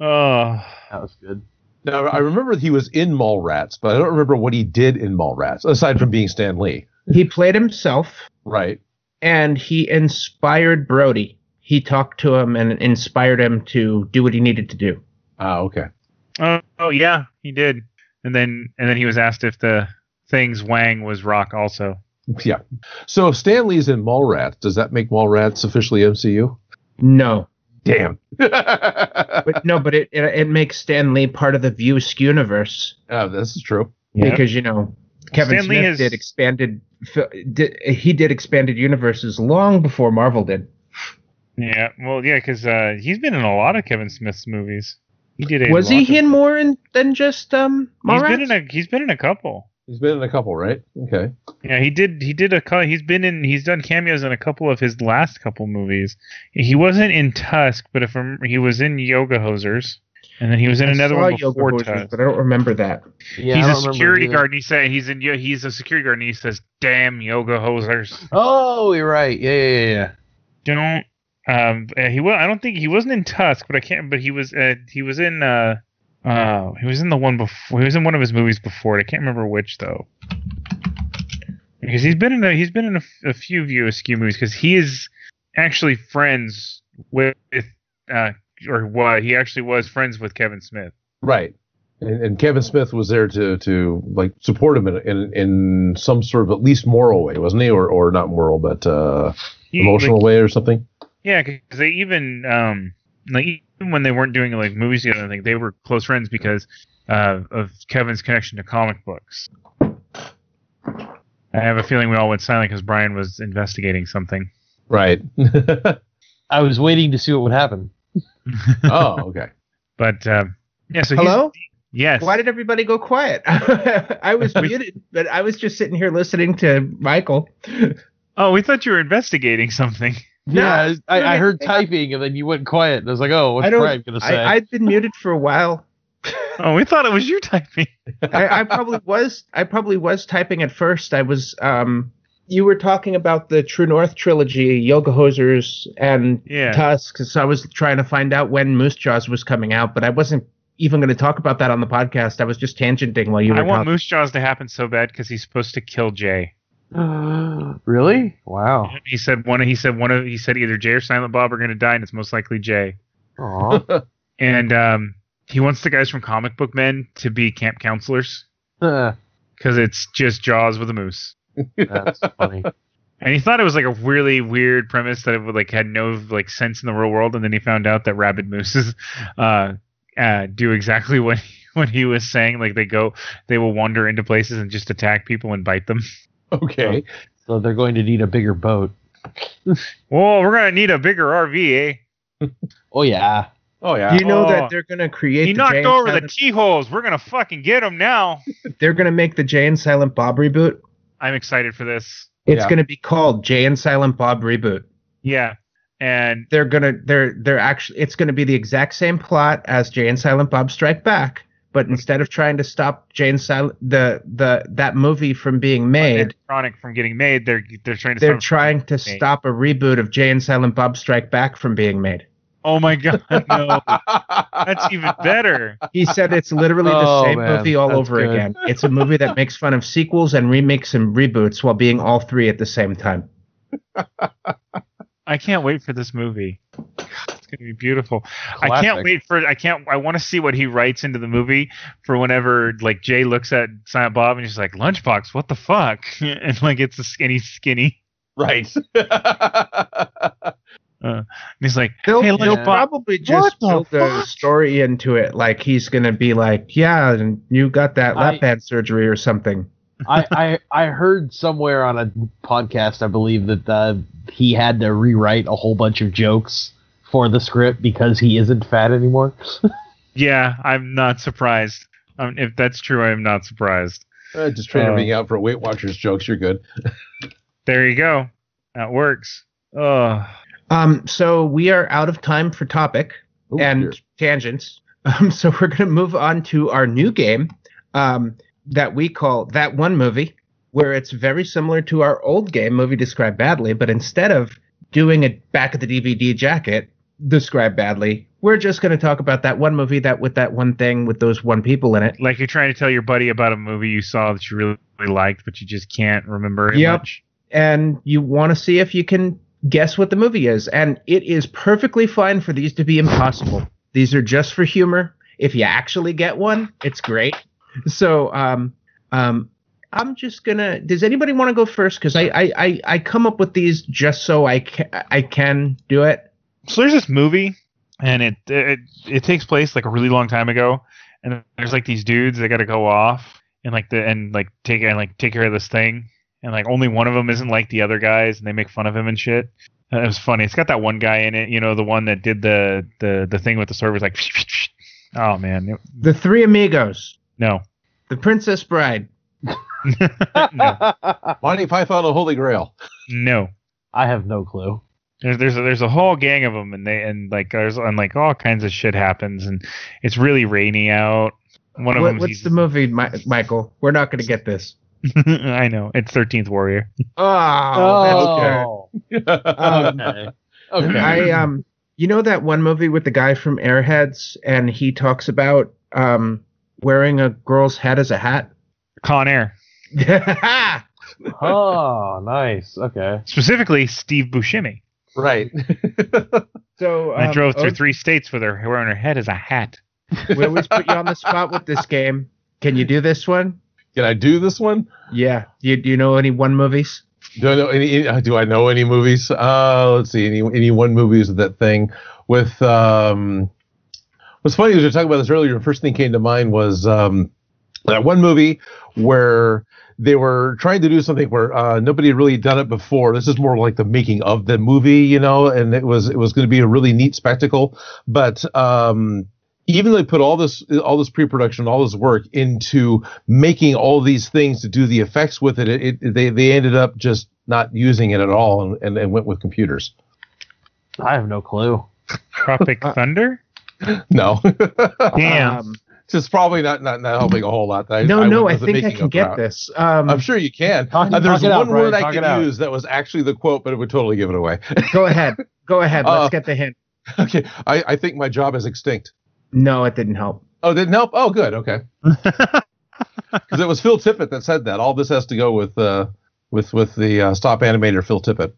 Speaker 3: Oh,
Speaker 7: That was good.
Speaker 6: Now I remember he was in Mallrats, but I don't remember what he did in Mallrats aside from being Stan Lee.
Speaker 5: He played himself.
Speaker 6: Right.
Speaker 5: and he inspired Brody. He talked to him and inspired him to do what he needed to do.
Speaker 6: Ah, okay.
Speaker 3: oh, oh yeah, he did. And then and then he was asked if the things Wang was rock also.
Speaker 6: Yeah. So if Stan Lee's in Mallrats, does that make Mallrats officially MCU?
Speaker 5: No,
Speaker 6: Damn. Ah,
Speaker 5: but no, but it, it it makes Stan Lee part of the View universe
Speaker 6: this is true.
Speaker 3: Yeah.
Speaker 5: because you know Kevin
Speaker 3: Stan Lee
Speaker 5: Smith
Speaker 3: has-
Speaker 5: did expanded. fi- Did, he did expanded universes long before Marvel did.
Speaker 3: Yeah, well, yeah, because uh, he's been in a lot of Kevin Smith's movies. He did. A
Speaker 5: Was
Speaker 3: lot
Speaker 5: he
Speaker 3: of-
Speaker 5: in more in, than just um?
Speaker 3: He's been
Speaker 5: Mallrats?
Speaker 3: in a. He's been in a couple.
Speaker 6: He's been in a couple, right? Okay.
Speaker 3: Yeah, he did. He did a. co- He's been in. He's done cameos in a couple of his last couple movies. He wasn't in Tusk, but if I'm, he was in Yoga Hosers, and then he was in
Speaker 5: I
Speaker 3: another
Speaker 5: saw
Speaker 3: one
Speaker 5: Yoga
Speaker 3: before
Speaker 5: Hosers,
Speaker 3: Tusk.
Speaker 5: but I don't remember that.
Speaker 7: Yeah, I
Speaker 3: he's
Speaker 7: don't
Speaker 3: a
Speaker 7: remember
Speaker 3: security
Speaker 7: either.
Speaker 3: guard, and he said he's in. Yo- He's a security guard, and he says, "Damn Yoga Hosers."
Speaker 7: Oh, you're right. Yeah, yeah, yeah, yeah.
Speaker 3: Don't. Um. uh, He was. I don't think he wasn't in Tusk, but I can't. But he was. Uh, he was in. Uh. Uh. He was in the one before. He was in one of his movies before. it. I can't remember which though. Because he's been in a. He's been in a, f- a few VOSQ movies because he is actually friends with. Uh. Or what? He actually was friends with Kevin Smith.
Speaker 6: Right. And, and Kevin Smith was there to to like support him in, in in some sort of at least moral way, wasn't he? Or or not moral, but uh,
Speaker 3: He-
Speaker 6: emotional
Speaker 3: like,
Speaker 6: way or something.
Speaker 3: Yeah, because they even um like even when they weren't doing like movies together, like they were close friends because uh, of Kevin's connection to comic books. I have a feeling we all went silent because Brian was investigating something.
Speaker 6: Right.
Speaker 7: I was waiting to see what would happen.
Speaker 6: oh, okay.
Speaker 3: But um, yeah, so he's-
Speaker 5: Hello?
Speaker 3: Yes.
Speaker 5: Why did everybody go quiet? I was muted, but I was just sitting here listening to Michael.
Speaker 3: oh, we thought you were investigating something.
Speaker 5: No,
Speaker 7: Yeah, I, I heard typing and then you went quiet, and I was like, "Oh, what's
Speaker 5: I don't-
Speaker 7: Brian gonna say?"
Speaker 5: I, I'd been muted for a while.
Speaker 3: Oh, we thought it was you typing.
Speaker 5: I, I probably was. I probably was typing at first. I was. Um, you were talking about the True North trilogy, Yoga Hosers, and
Speaker 3: Yeah.
Speaker 5: Tusks. I was trying to find out when Moose Jaws was coming out, but I wasn't even going to talk about that on the podcast. I was just tangenting while you were
Speaker 3: I want
Speaker 5: talking.
Speaker 3: Moose Jaws to happen so bad because he's supposed to kill Jay.
Speaker 7: really? Wow.
Speaker 3: He said one. He said one of. He said either Jay or Silent Bob are going to die, and it's most likely Jay.
Speaker 7: Aw.
Speaker 3: And um, he wants the guys from Comic Book Men to be camp counselors
Speaker 7: Huh,
Speaker 3: because it's just Jaws with a moose.
Speaker 7: That's funny.
Speaker 3: And he thought it was like a really weird premise that it would like had no like sense in the real world. And then he found out that rabid mooses uh, uh, do exactly what what he was saying. Like they go, they will wander into places and just attack people and bite them.
Speaker 6: Okay.
Speaker 7: So they're going to need a bigger boat.
Speaker 3: Whoa, we're gonna need a bigger RV, eh?
Speaker 7: Oh yeah.
Speaker 6: Oh yeah.
Speaker 5: Do you know
Speaker 3: Oh.
Speaker 5: that they're going to create?
Speaker 3: He
Speaker 5: the
Speaker 3: knocked
Speaker 5: Jay and
Speaker 3: over the
Speaker 5: Silent-
Speaker 3: T holes. We're gonna fucking get him now.
Speaker 5: they're going to make the Jay and Silent Bob reboot.
Speaker 3: I'm excited for this.
Speaker 5: It's
Speaker 6: Yeah.
Speaker 5: going to be called Jay and Silent Bob reboot.
Speaker 3: Yeah, and
Speaker 5: They're gonna they're they're actually it's going to be the exact same plot as Jay and Silent Bob Strike Back, but
Speaker 7: Mm-hmm.
Speaker 5: instead of trying to stop Jay and Silent the the that movie from
Speaker 7: Oh,
Speaker 5: being made,
Speaker 3: Chronic from getting made. They're they're trying to.
Speaker 5: they're
Speaker 3: stop-
Speaker 5: trying to stop a reboot of Jay and Silent Bob Strike Back from being made.
Speaker 3: oh my god, no! That's even better.
Speaker 5: He said it's literally the
Speaker 7: Oh,
Speaker 5: same
Speaker 7: man,
Speaker 5: movie all
Speaker 7: that's
Speaker 5: over
Speaker 7: good.
Speaker 5: again. It's a movie that makes fun of sequels and remakes and reboots while being all three at the same time.
Speaker 3: I can't wait for this movie. God, It's gonna be beautiful. I can't
Speaker 7: Classic.
Speaker 3: wait for. I can't. I want to see what he writes into the movie for whenever like Jay looks at Silent Bob and he's like, "Lunchbox, what the fuck?" and like it's a skinny, skinny.
Speaker 6: right.
Speaker 3: And he's like,
Speaker 5: They'll,
Speaker 3: "Hey,
Speaker 5: they'll
Speaker 3: Lunchbox,
Speaker 5: probably just build the story into it. Like he's gonna be like, yeah, and you got that lap
Speaker 7: I-
Speaker 5: band surgery or something.
Speaker 7: I, I I heard somewhere on a podcast, I believe that uh, he had to rewrite a whole bunch of jokes for the script because he isn't fat anymore.
Speaker 3: Yeah, I'm not surprised. Um, if that's true, I'm not surprised.
Speaker 6: Uh, just trying
Speaker 3: Uh,
Speaker 6: to being out for Weight Watchers jokes. You're good.
Speaker 3: There you go. That works. Oh,
Speaker 5: Um, so we are out of time for topic
Speaker 6: Oh,
Speaker 5: and
Speaker 6: dear.
Speaker 5: tangents. Um, so we're gonna move on to our new game, um, that we call that one movie, where it's very similar to our old game, movie described badly, but instead of doing it back of the DVD jacket, described badly, we're just gonna talk about that one movie that with that one thing with those one people in it.
Speaker 3: like you're trying to tell your buddy about a movie you saw that you really, really liked, but you just can't remember it
Speaker 5: Yep.
Speaker 3: much.
Speaker 5: and you want to see if you can guess what the movie is. And it is perfectly fine for these to be impossible. These are just for humor. If you actually get one, it's great. So, um, um, I'm just gonna. Does anybody want to go first? Because I, I, I, I come up with these just so I can, I can do it.
Speaker 3: So there's this movie, and it, it it takes place like a really long time ago, and there's like these dudes that got to go off and like the and like take and like take care of this thing, and like only one of them isn't like the other guys, and they make fun of him and shit. And it was funny. It's got that one guy in it, you know, the one that did the the the thing with the servers, like. Oh man, it-
Speaker 5: The Three Amigos,
Speaker 3: no.
Speaker 5: The Princess Bride.
Speaker 3: no,
Speaker 6: Monty Python and Holy Grail.
Speaker 3: no.
Speaker 7: I have no clue.
Speaker 3: There's there's a, there's a whole gang of them, and they and like there's and like all kinds of shit happens, and it's really rainy out. One of
Speaker 5: What,
Speaker 3: them.
Speaker 5: what's the movie, Mi- Michael? We're not gonna get this.
Speaker 3: I know it's Thirteenth Warrior.
Speaker 5: Oh,
Speaker 7: Oh.
Speaker 5: that's Um,
Speaker 7: okay.
Speaker 5: I um you know that one movie with the guy from Airheads and he talks about um wearing a girl's head as a hat?
Speaker 3: Con Air,
Speaker 7: oh, nice. Okay.
Speaker 3: specifically Steve Buscemi.
Speaker 6: Right.
Speaker 5: so
Speaker 3: I
Speaker 5: um,
Speaker 3: drove through
Speaker 5: Oates,
Speaker 3: three states with her wearing her head as a hat.
Speaker 5: we always put you on the spot with this game. Can you do this one?
Speaker 6: Can I do this one?
Speaker 5: Yeah. You do you know any one movies?
Speaker 6: Do I know any? uh, Do I know any movies? Uh, let's see. Any any one movies of that thing with um. What's funny is we were talking about this earlier. The first thing that came to mind was um, that one movie where they were trying to do something where uh, nobody had really done it before. This is more like the making of the movie, you know, and it was it was going to be a really neat spectacle, but um, even though they put all this all this pre-production all this work into making all these things to do the effects with it, it, it- they they ended up just not using it at all and, and, and went with computers
Speaker 7: I have no clue.
Speaker 3: Tropic Thunder?
Speaker 6: no
Speaker 3: Damn.
Speaker 5: Um,
Speaker 6: So it's probably not not, not helping a whole lot that
Speaker 5: no, no, I
Speaker 6: wasn't
Speaker 5: think I
Speaker 6: making
Speaker 5: can
Speaker 6: up
Speaker 5: get
Speaker 6: about.
Speaker 5: this. Um,
Speaker 6: i'm sure you can
Speaker 7: Talk-
Speaker 6: Uh, there's
Speaker 7: talk it
Speaker 6: one
Speaker 7: out, Brian,
Speaker 6: word i
Speaker 7: talk it
Speaker 6: could
Speaker 7: out.
Speaker 6: use that was actually the quote but it would totally give it away
Speaker 5: go ahead. Go ahead.
Speaker 6: Uh,
Speaker 5: Let's get the hint.
Speaker 6: okay I, I think my job is extinct
Speaker 5: No, it didn't help.
Speaker 6: Oh, it didn't help. Oh, good. Okay. Because it was Phil Tippett that said that. All this has to go with uh, with with the uh, stop animator Phil Tippett.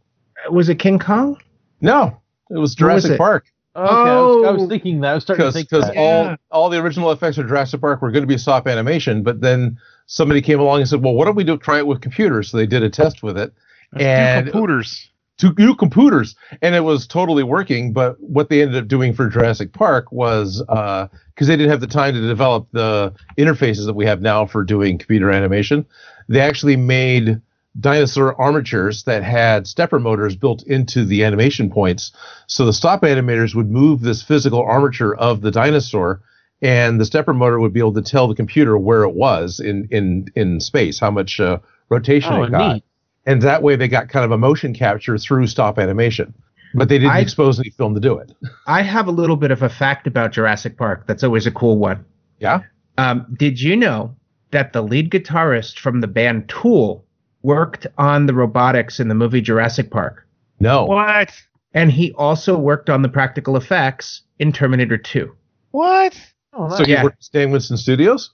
Speaker 5: Was it King Kong?
Speaker 6: No, it was Jurassic
Speaker 5: it?
Speaker 6: Park
Speaker 7: Okay, I, was, I was
Speaker 5: Oh.
Speaker 7: thinking that. I was starting to
Speaker 6: because
Speaker 7: think
Speaker 6: because
Speaker 7: that.
Speaker 5: Yeah.
Speaker 6: all all the original effects of Jurassic Park were going to be stop animation, but then somebody came along and said, "Well, why don't we do try it with computers?" So they did a test with it. And-
Speaker 3: Two computers.
Speaker 6: to new computers and it was totally working but what they ended up doing for jurassic park was because they didn't have the time to develop the interfaces that we have now for doing computer animation they actually made dinosaur armatures that had stepper motors built into the animation points so the stop animators would move this physical armature of the dinosaur and the stepper motor would be able to tell the computer where it was in in in space how much uh, rotation
Speaker 7: Oh,
Speaker 6: it got
Speaker 7: neat.
Speaker 6: and that way they got kind of a motion capture through stop animation but they didn't
Speaker 5: I-
Speaker 6: expose any film to do it
Speaker 5: I have a little bit of a fact about Jurassic Park. That's always a cool one.
Speaker 6: Yeah?
Speaker 5: Um, did you know that the lead guitarist from the band Tool worked on the robotics in the movie Jurassic Park?
Speaker 6: no
Speaker 3: What?
Speaker 5: And he also worked on the practical effects in Terminator 2.
Speaker 3: What?
Speaker 7: Oh,
Speaker 6: so
Speaker 7: nice.
Speaker 6: you
Speaker 5: Yeah.
Speaker 6: worked at stan winston studios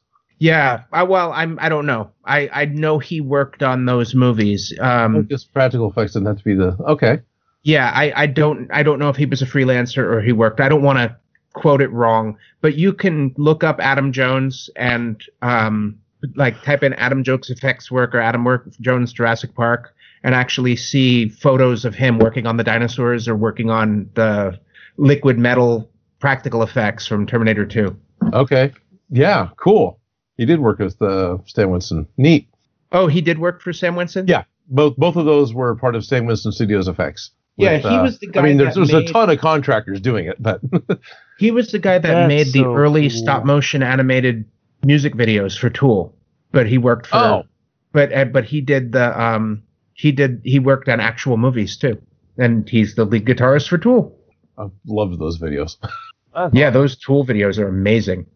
Speaker 5: Yeah. I, well, I'm. I don't know. I I know he worked on those movies.
Speaker 6: Oh,
Speaker 5: Um.
Speaker 6: just practical effects didn't have to be the okay
Speaker 5: Yeah. I I don't I don't know if he was a freelancer or he worked. I don't want to quote it wrong, but you can look up Adam Jones and um like type in Adam Jokes effects work or Adam work Jones Jurassic Park and actually see photos of him working on the dinosaurs or working on the liquid metal practical effects from Terminator 2.
Speaker 6: okay yeah cool he did work with uh, stan winston neat
Speaker 5: Oh, he did work for Sam Winston?
Speaker 6: Yeah. both both of those were part of stan winston studios effects
Speaker 5: Yeah,
Speaker 6: With,
Speaker 5: he
Speaker 6: uh,
Speaker 5: was the guy
Speaker 6: i mean there's,
Speaker 5: that
Speaker 6: there's
Speaker 5: made-
Speaker 6: a ton of contractors doing it but
Speaker 5: He was the guy that
Speaker 3: That's
Speaker 5: made the
Speaker 3: so
Speaker 5: early
Speaker 3: cool.
Speaker 5: stop motion animated music videos for Tool, but he worked for.
Speaker 6: Oh.
Speaker 5: But uh, but he did the um he did he worked on actual movies too, and he's the lead guitarist for Tool.
Speaker 6: i loved those videos
Speaker 7: That's
Speaker 5: Yeah, those Tool videos are amazing.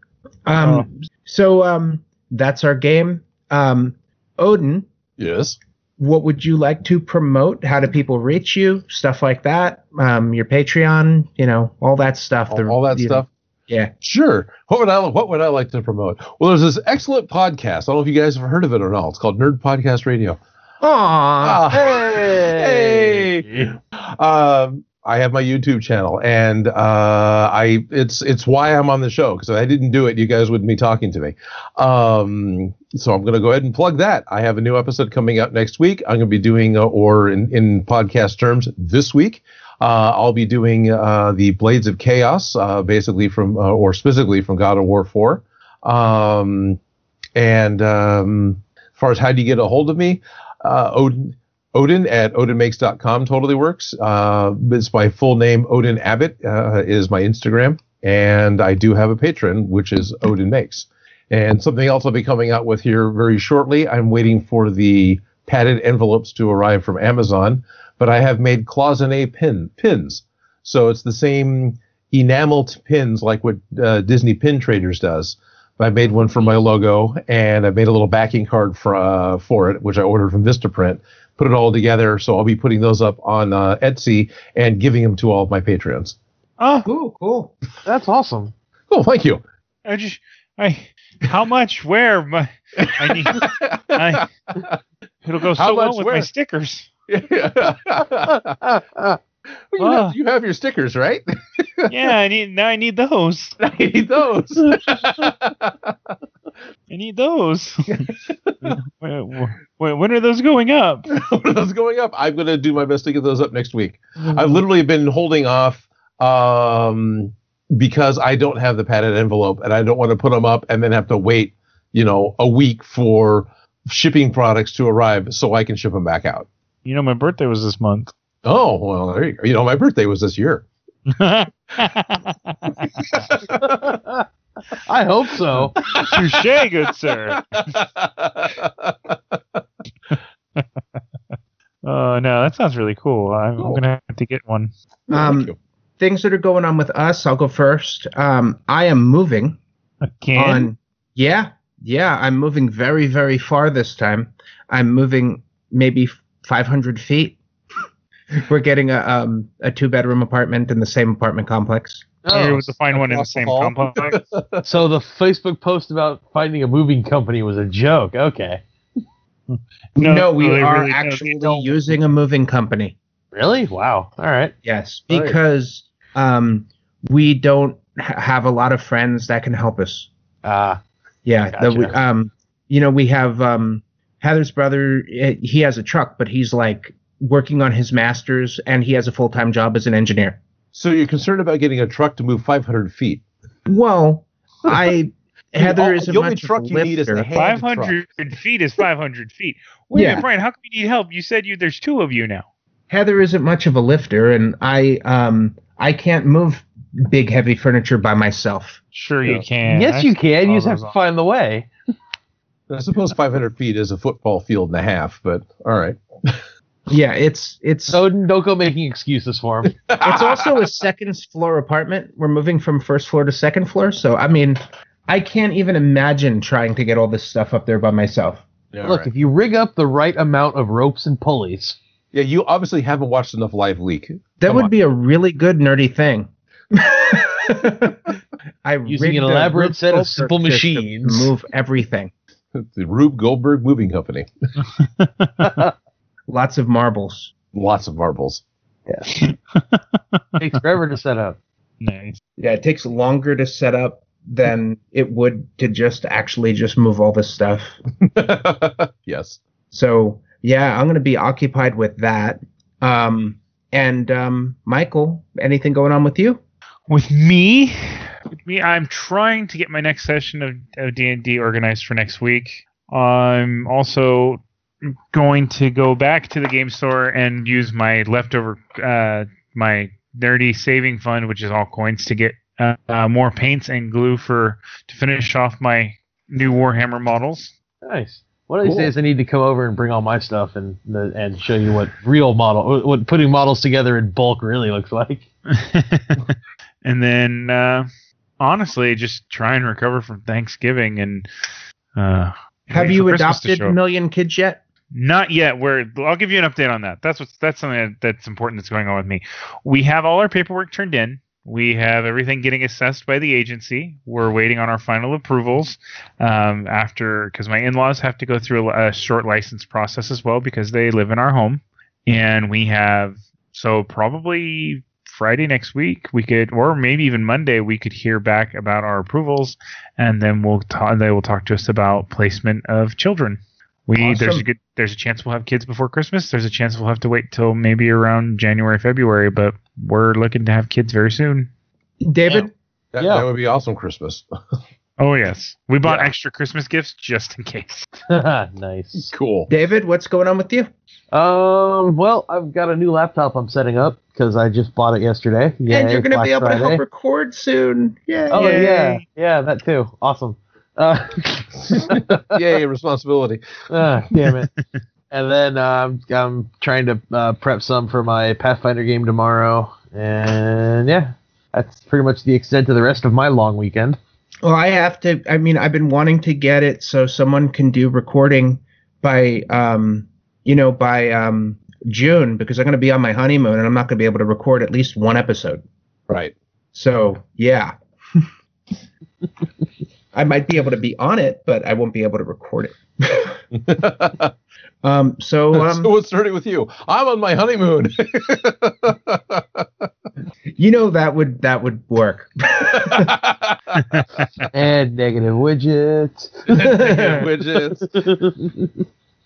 Speaker 5: Um,
Speaker 3: Oh.
Speaker 5: so um that's our game. Um, Odin,
Speaker 6: yes
Speaker 5: what would you like to promote? How do people reach you? Stuff like that. Um, your Patreon, you know, all that stuff.
Speaker 6: all,
Speaker 5: The-
Speaker 6: all that
Speaker 5: you know,
Speaker 6: stuff
Speaker 5: Yeah.
Speaker 6: Sure. What would I what would I like to promote? Well, there's this excellent podcast. I don't know if you guys have heard of it or not. It's called Nerd Podcast Radio.
Speaker 5: Aww.
Speaker 6: Ah, hey. Um, I have my YouTube channel, and uh, I it's it's why I'm on the show because if I didn't do it, you guys wouldn't be talking to me. Um, so I'm going to go ahead and plug that. I have a new episode coming out next week. I'm going to be doing, uh, or in, in podcast terms, this week. Uh, I'll be doing uh, the Blades of Chaos, uh, basically from, uh, or specifically from God of War 4. Um, and um, as far as how do you get a hold of me, uh, Odin, Odin at odinmakes.com totally works. Uh, it's my full name, Odin Abbott, uh, is my Instagram. And I do have a patron, which is Odin Makes. And something else I'll be coming out with here very shortly. I'm waiting for the padded envelopes to arrive from Amazon, but I have made cloisonne pin pins. So it's the same enameled pins like what uh, Disney Pin Traders does. I made one for my logo, and I made a little backing card for uh, for it, which I ordered from VistaPrint. Put it all together, so I'll be putting those up on uh, Etsy and giving them to all of my patrons.
Speaker 3: Oh,
Speaker 5: Cool, cool.
Speaker 7: that's awesome.
Speaker 6: Oh, thank you.
Speaker 3: I just I how much where my I need I, it'll go
Speaker 6: How
Speaker 3: so well
Speaker 6: much
Speaker 3: with my
Speaker 6: where?
Speaker 3: stickers.
Speaker 6: Well, you,
Speaker 3: Wow.
Speaker 6: have, you have your stickers, right?
Speaker 3: Yeah, I need now I need those.
Speaker 6: I need those.
Speaker 3: I need those. when, when when are those going up?
Speaker 6: when those going up. I'm going to do my best to get those up next week. I've literally been holding off um, because I don't have the padded envelope and I don't want to put them up and then have to wait, you know, a week for shipping products to arrive so I can ship them back out.
Speaker 3: You know my birthday was this month.
Speaker 6: Oh, well, there you go. You know, my birthday was this year.
Speaker 3: That's
Speaker 7: I hope so.
Speaker 3: Touche, good sir. Oh no, that sounds really cool. I'm,
Speaker 6: Cool.
Speaker 3: gonna have to get one.
Speaker 5: Um,
Speaker 6: you.
Speaker 5: things that are going on with us, I'll go first. Um, I am moving
Speaker 3: Again?
Speaker 5: on. Yeah, yeah, I'm moving very, very far this time. I'm moving maybe 500 feet. We're getting a um, a two bedroom apartment in the same apartment complex.
Speaker 3: Or
Speaker 7: Oh,
Speaker 3: was the fine one in the
Speaker 6: across the
Speaker 3: same
Speaker 6: hall.
Speaker 3: complex?
Speaker 7: so the Facebook post about finding a moving company was a joke. Okay.
Speaker 5: No, we
Speaker 3: they
Speaker 5: are
Speaker 3: really don't.
Speaker 5: actually using a moving company.
Speaker 7: Really? Wow. All right.
Speaker 5: Yes,
Speaker 6: Right.
Speaker 5: because um, we don't ha- have a lot of friends that can help us.
Speaker 7: Uh,
Speaker 5: Yeah, the- we-
Speaker 7: Gotcha.
Speaker 5: um, you know, we have um, Heather's brother. eh, He has a truck, but he's like working on his master's, and he has a full time job as an engineer.
Speaker 6: So you're concerned about getting a truck to move 500 feet.
Speaker 5: Well, I
Speaker 6: all-
Speaker 5: Heather is
Speaker 6: the
Speaker 5: a
Speaker 6: only
Speaker 5: much of
Speaker 6: truck
Speaker 5: a
Speaker 6: you need is the
Speaker 5: lifter.
Speaker 6: hand.
Speaker 3: 500 feet is 500 feet. Wait a
Speaker 5: Yeah.
Speaker 3: minute, Brian, how come you need help? You said you there's two of you now.
Speaker 5: Heather isn't much of a lifter, and I um, I can't move big heavy furniture by myself.
Speaker 3: Sure,
Speaker 6: Yeah.
Speaker 3: you can.
Speaker 7: yes, you can. You just
Speaker 3: Oh,
Speaker 7: have to
Speaker 3: those-
Speaker 7: find the way.
Speaker 6: I suppose 500 feet is a football field and a half, but all right.
Speaker 5: Yeah, it's it's
Speaker 7: So don't go making excuses for him.
Speaker 5: it's also a second floor apartment. We're moving from first floor to second floor, so I mean, I can't even imagine trying to get all this stuff up there by myself.
Speaker 6: Yeah,
Speaker 7: Look,
Speaker 6: all right.
Speaker 7: if you rig up the right amount of ropes and pulleys,
Speaker 6: yeah, you obviously haven't watched enough Live Leak.
Speaker 5: That
Speaker 6: Come
Speaker 5: would
Speaker 6: on.
Speaker 5: be a really good nerdy thing. I
Speaker 7: Using
Speaker 5: rigged
Speaker 7: an
Speaker 5: a
Speaker 7: elaborate
Speaker 5: Rube
Speaker 7: set of
Speaker 5: Goldberg
Speaker 7: simple
Speaker 5: system to
Speaker 7: machines.
Speaker 5: move everything.
Speaker 6: The Rube Goldberg Moving Company.
Speaker 5: Lots of marbles.
Speaker 6: Lots of marbles.
Speaker 7: it takes forever to set up.
Speaker 3: Nice.
Speaker 5: Yeah, it takes longer to set up than it would to just actually just move all this stuff.
Speaker 6: yes.
Speaker 5: So yeah, I'm gonna be occupied with that. Um, and um, Michael, anything going on with you?
Speaker 3: With me, with me, I'm trying to get my next session of, of D&D organized for next week. I'm also going to go back to the game store and use my leftover uh, my nerdy saving fund, which is all coins, to get uh, uh, more paints and glue for to finish off my new Warhammer models.
Speaker 7: Nice. One of these
Speaker 6: Cool.
Speaker 7: days, I need to come over and bring all my stuff and the, and show you what real model, what putting models together in bulk really looks like.
Speaker 3: and then uh, honestly, just try and recover from Thanksgiving and. Uh,
Speaker 5: Have
Speaker 3: wait
Speaker 5: you
Speaker 3: for Christmas to
Speaker 5: adopted
Speaker 3: show up.
Speaker 5: million kids yet?
Speaker 3: Not yet. We're. I'll give you an update on that. That's what's. That's something that, that's important that's going on with me. We have all our paperwork turned in. We have everything getting assessed by the agency. We're waiting on our final approvals um, after because my in-laws have to go through a, a short license process as well because they live in our home, and we have so probably Friday next week we could or maybe even Monday we could hear back about our approvals, and then we'll ta- they will talk to us about placement of children. We there's
Speaker 5: Awesome.
Speaker 3: a good there's a chance we'll have kids before Christmas. There's a chance we'll have to wait till maybe around January February, but we're looking to have kids very soon.
Speaker 5: David?
Speaker 6: That,
Speaker 7: Yeah.
Speaker 6: that would be awesome Christmas.
Speaker 3: Oh yes, we bought
Speaker 6: Yeah.
Speaker 3: extra Christmas gifts just in case.
Speaker 7: nice.
Speaker 6: Cool.
Speaker 5: David, what's going on with you?
Speaker 7: Um. Well, I've got a new laptop I'm setting up because I just bought it yesterday. Yeah,
Speaker 5: and you're gonna be able to help record soon. Yeah.
Speaker 7: Oh
Speaker 3: Yay.
Speaker 7: yeah, yeah, that too. Awesome. Uh,
Speaker 6: Yay, responsibility.
Speaker 7: ah, damn it. And then um, I'm trying to uh, prep some for my Pathfinder game tomorrow. And yeah, that's pretty much the extent of the rest of my long weekend.
Speaker 5: Well, I have to. I mean, I've been wanting to get it so someone can do recording by, um, you know, by um, June because I'm going to be on my honeymoon and I'm not going to be able to record at least one episode.
Speaker 6: Right.
Speaker 5: So yeah, I might be able to be on it, but I won't be able to record it. um, so
Speaker 6: so
Speaker 5: um,
Speaker 6: what's starting with you? I'm on my honeymoon.
Speaker 5: you know that would that would work.
Speaker 7: And negative widgets.
Speaker 6: Widgets.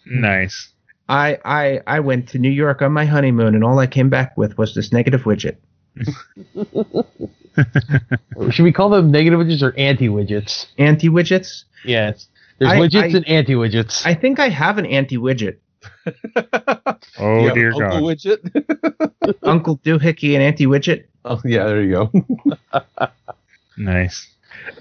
Speaker 3: Nice.
Speaker 5: I I I went to New York on my honeymoon and all I came back with was this negative widget.
Speaker 7: Should we call them negative widgets or anti widgets?
Speaker 5: Anti widgets.
Speaker 7: Yes. There's
Speaker 5: I-
Speaker 7: widgets
Speaker 5: I-
Speaker 7: and anti widgets.
Speaker 5: I think I have an anti widget.
Speaker 3: Oh
Speaker 6: Yeah,
Speaker 3: dear
Speaker 6: Uncle
Speaker 3: God.
Speaker 6: Widget.
Speaker 5: Uncle Doohickey and Auntie Widget.
Speaker 6: Oh, yeah, there you go.
Speaker 3: Nice.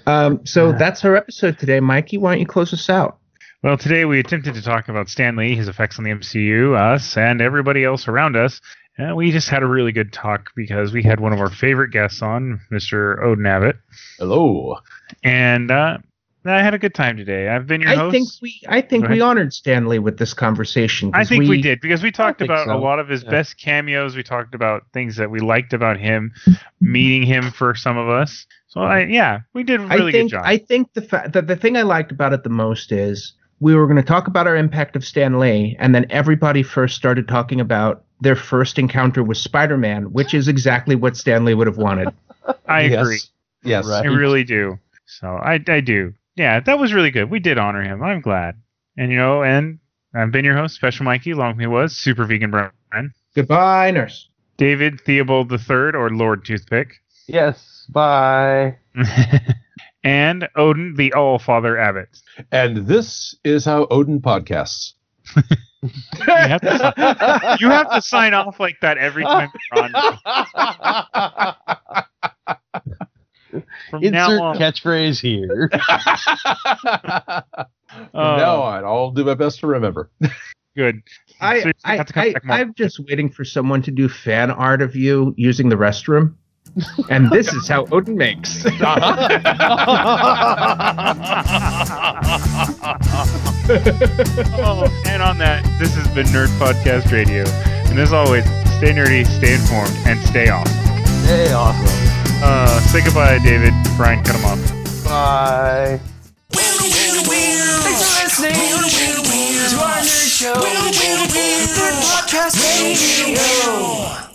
Speaker 5: Um, so that's our episode today. Mikey, why don't you close us out?
Speaker 3: Well, today we attempted to talk about Stan Lee, his effects on the MCU, us, and everybody else around us. And we just had a really good talk because we had one of our favorite guests on, Mr. Odin Abbott.
Speaker 6: Hello.
Speaker 3: And uh, I had a good time today. I've been your
Speaker 5: I
Speaker 3: host.
Speaker 5: think we I think
Speaker 3: Go
Speaker 5: we honored Stanley with this conversation.
Speaker 3: I
Speaker 5: 'cause
Speaker 3: think we, did because we talked
Speaker 5: think
Speaker 3: about a
Speaker 5: so.
Speaker 3: lot of his
Speaker 7: Yeah.
Speaker 3: best cameos. We talked about things that we liked about him, meeting him for some of us. So I, yeah, we did a really
Speaker 5: I think
Speaker 3: good job.
Speaker 5: I think the fact that the thing I liked about it the most is we were going to talk about our impact of Stan Lee, and then everybody first started talking about their first encounter with Spider-Man, which is exactly what Stan Lee would have wanted.
Speaker 3: I agree.
Speaker 6: Yes.
Speaker 7: Right.
Speaker 3: I really do. So I, I do. Yeah, that was really good. We did honor him. I'm glad. And you know, and I've been your host, Special Mikey. Long me was Super Vegan Brian,
Speaker 5: Goodbye, nurse.
Speaker 3: David Theobald the Third, or Lord Toothpick,
Speaker 7: Yes. Bye.
Speaker 3: and Odin the All Father Abbott.
Speaker 6: And this is how Odin podcasts.
Speaker 3: You have, to, you have to sign off like that every time you're on. From
Speaker 7: Insert
Speaker 3: now on,
Speaker 7: catchphrase here.
Speaker 6: From now on, I'll do my best to remember.
Speaker 3: Oh, good.
Speaker 5: I,
Speaker 3: Seriously,
Speaker 5: I,
Speaker 3: have to come
Speaker 5: I,
Speaker 3: back more.
Speaker 5: I'm just waiting for someone to do fan art of you using the restroom. and this is how Odin makes.
Speaker 3: oh, and on that, this has been Nerd Podcast Radio. And as always, stay nerdy, stay informed, and stay off.
Speaker 7: hey, awesome.
Speaker 3: Uh, say goodbye, David. Brian, cut him off.
Speaker 7: Bye.
Speaker 2: Thanks for listening to our nerd show. Nerd Podcast Radio.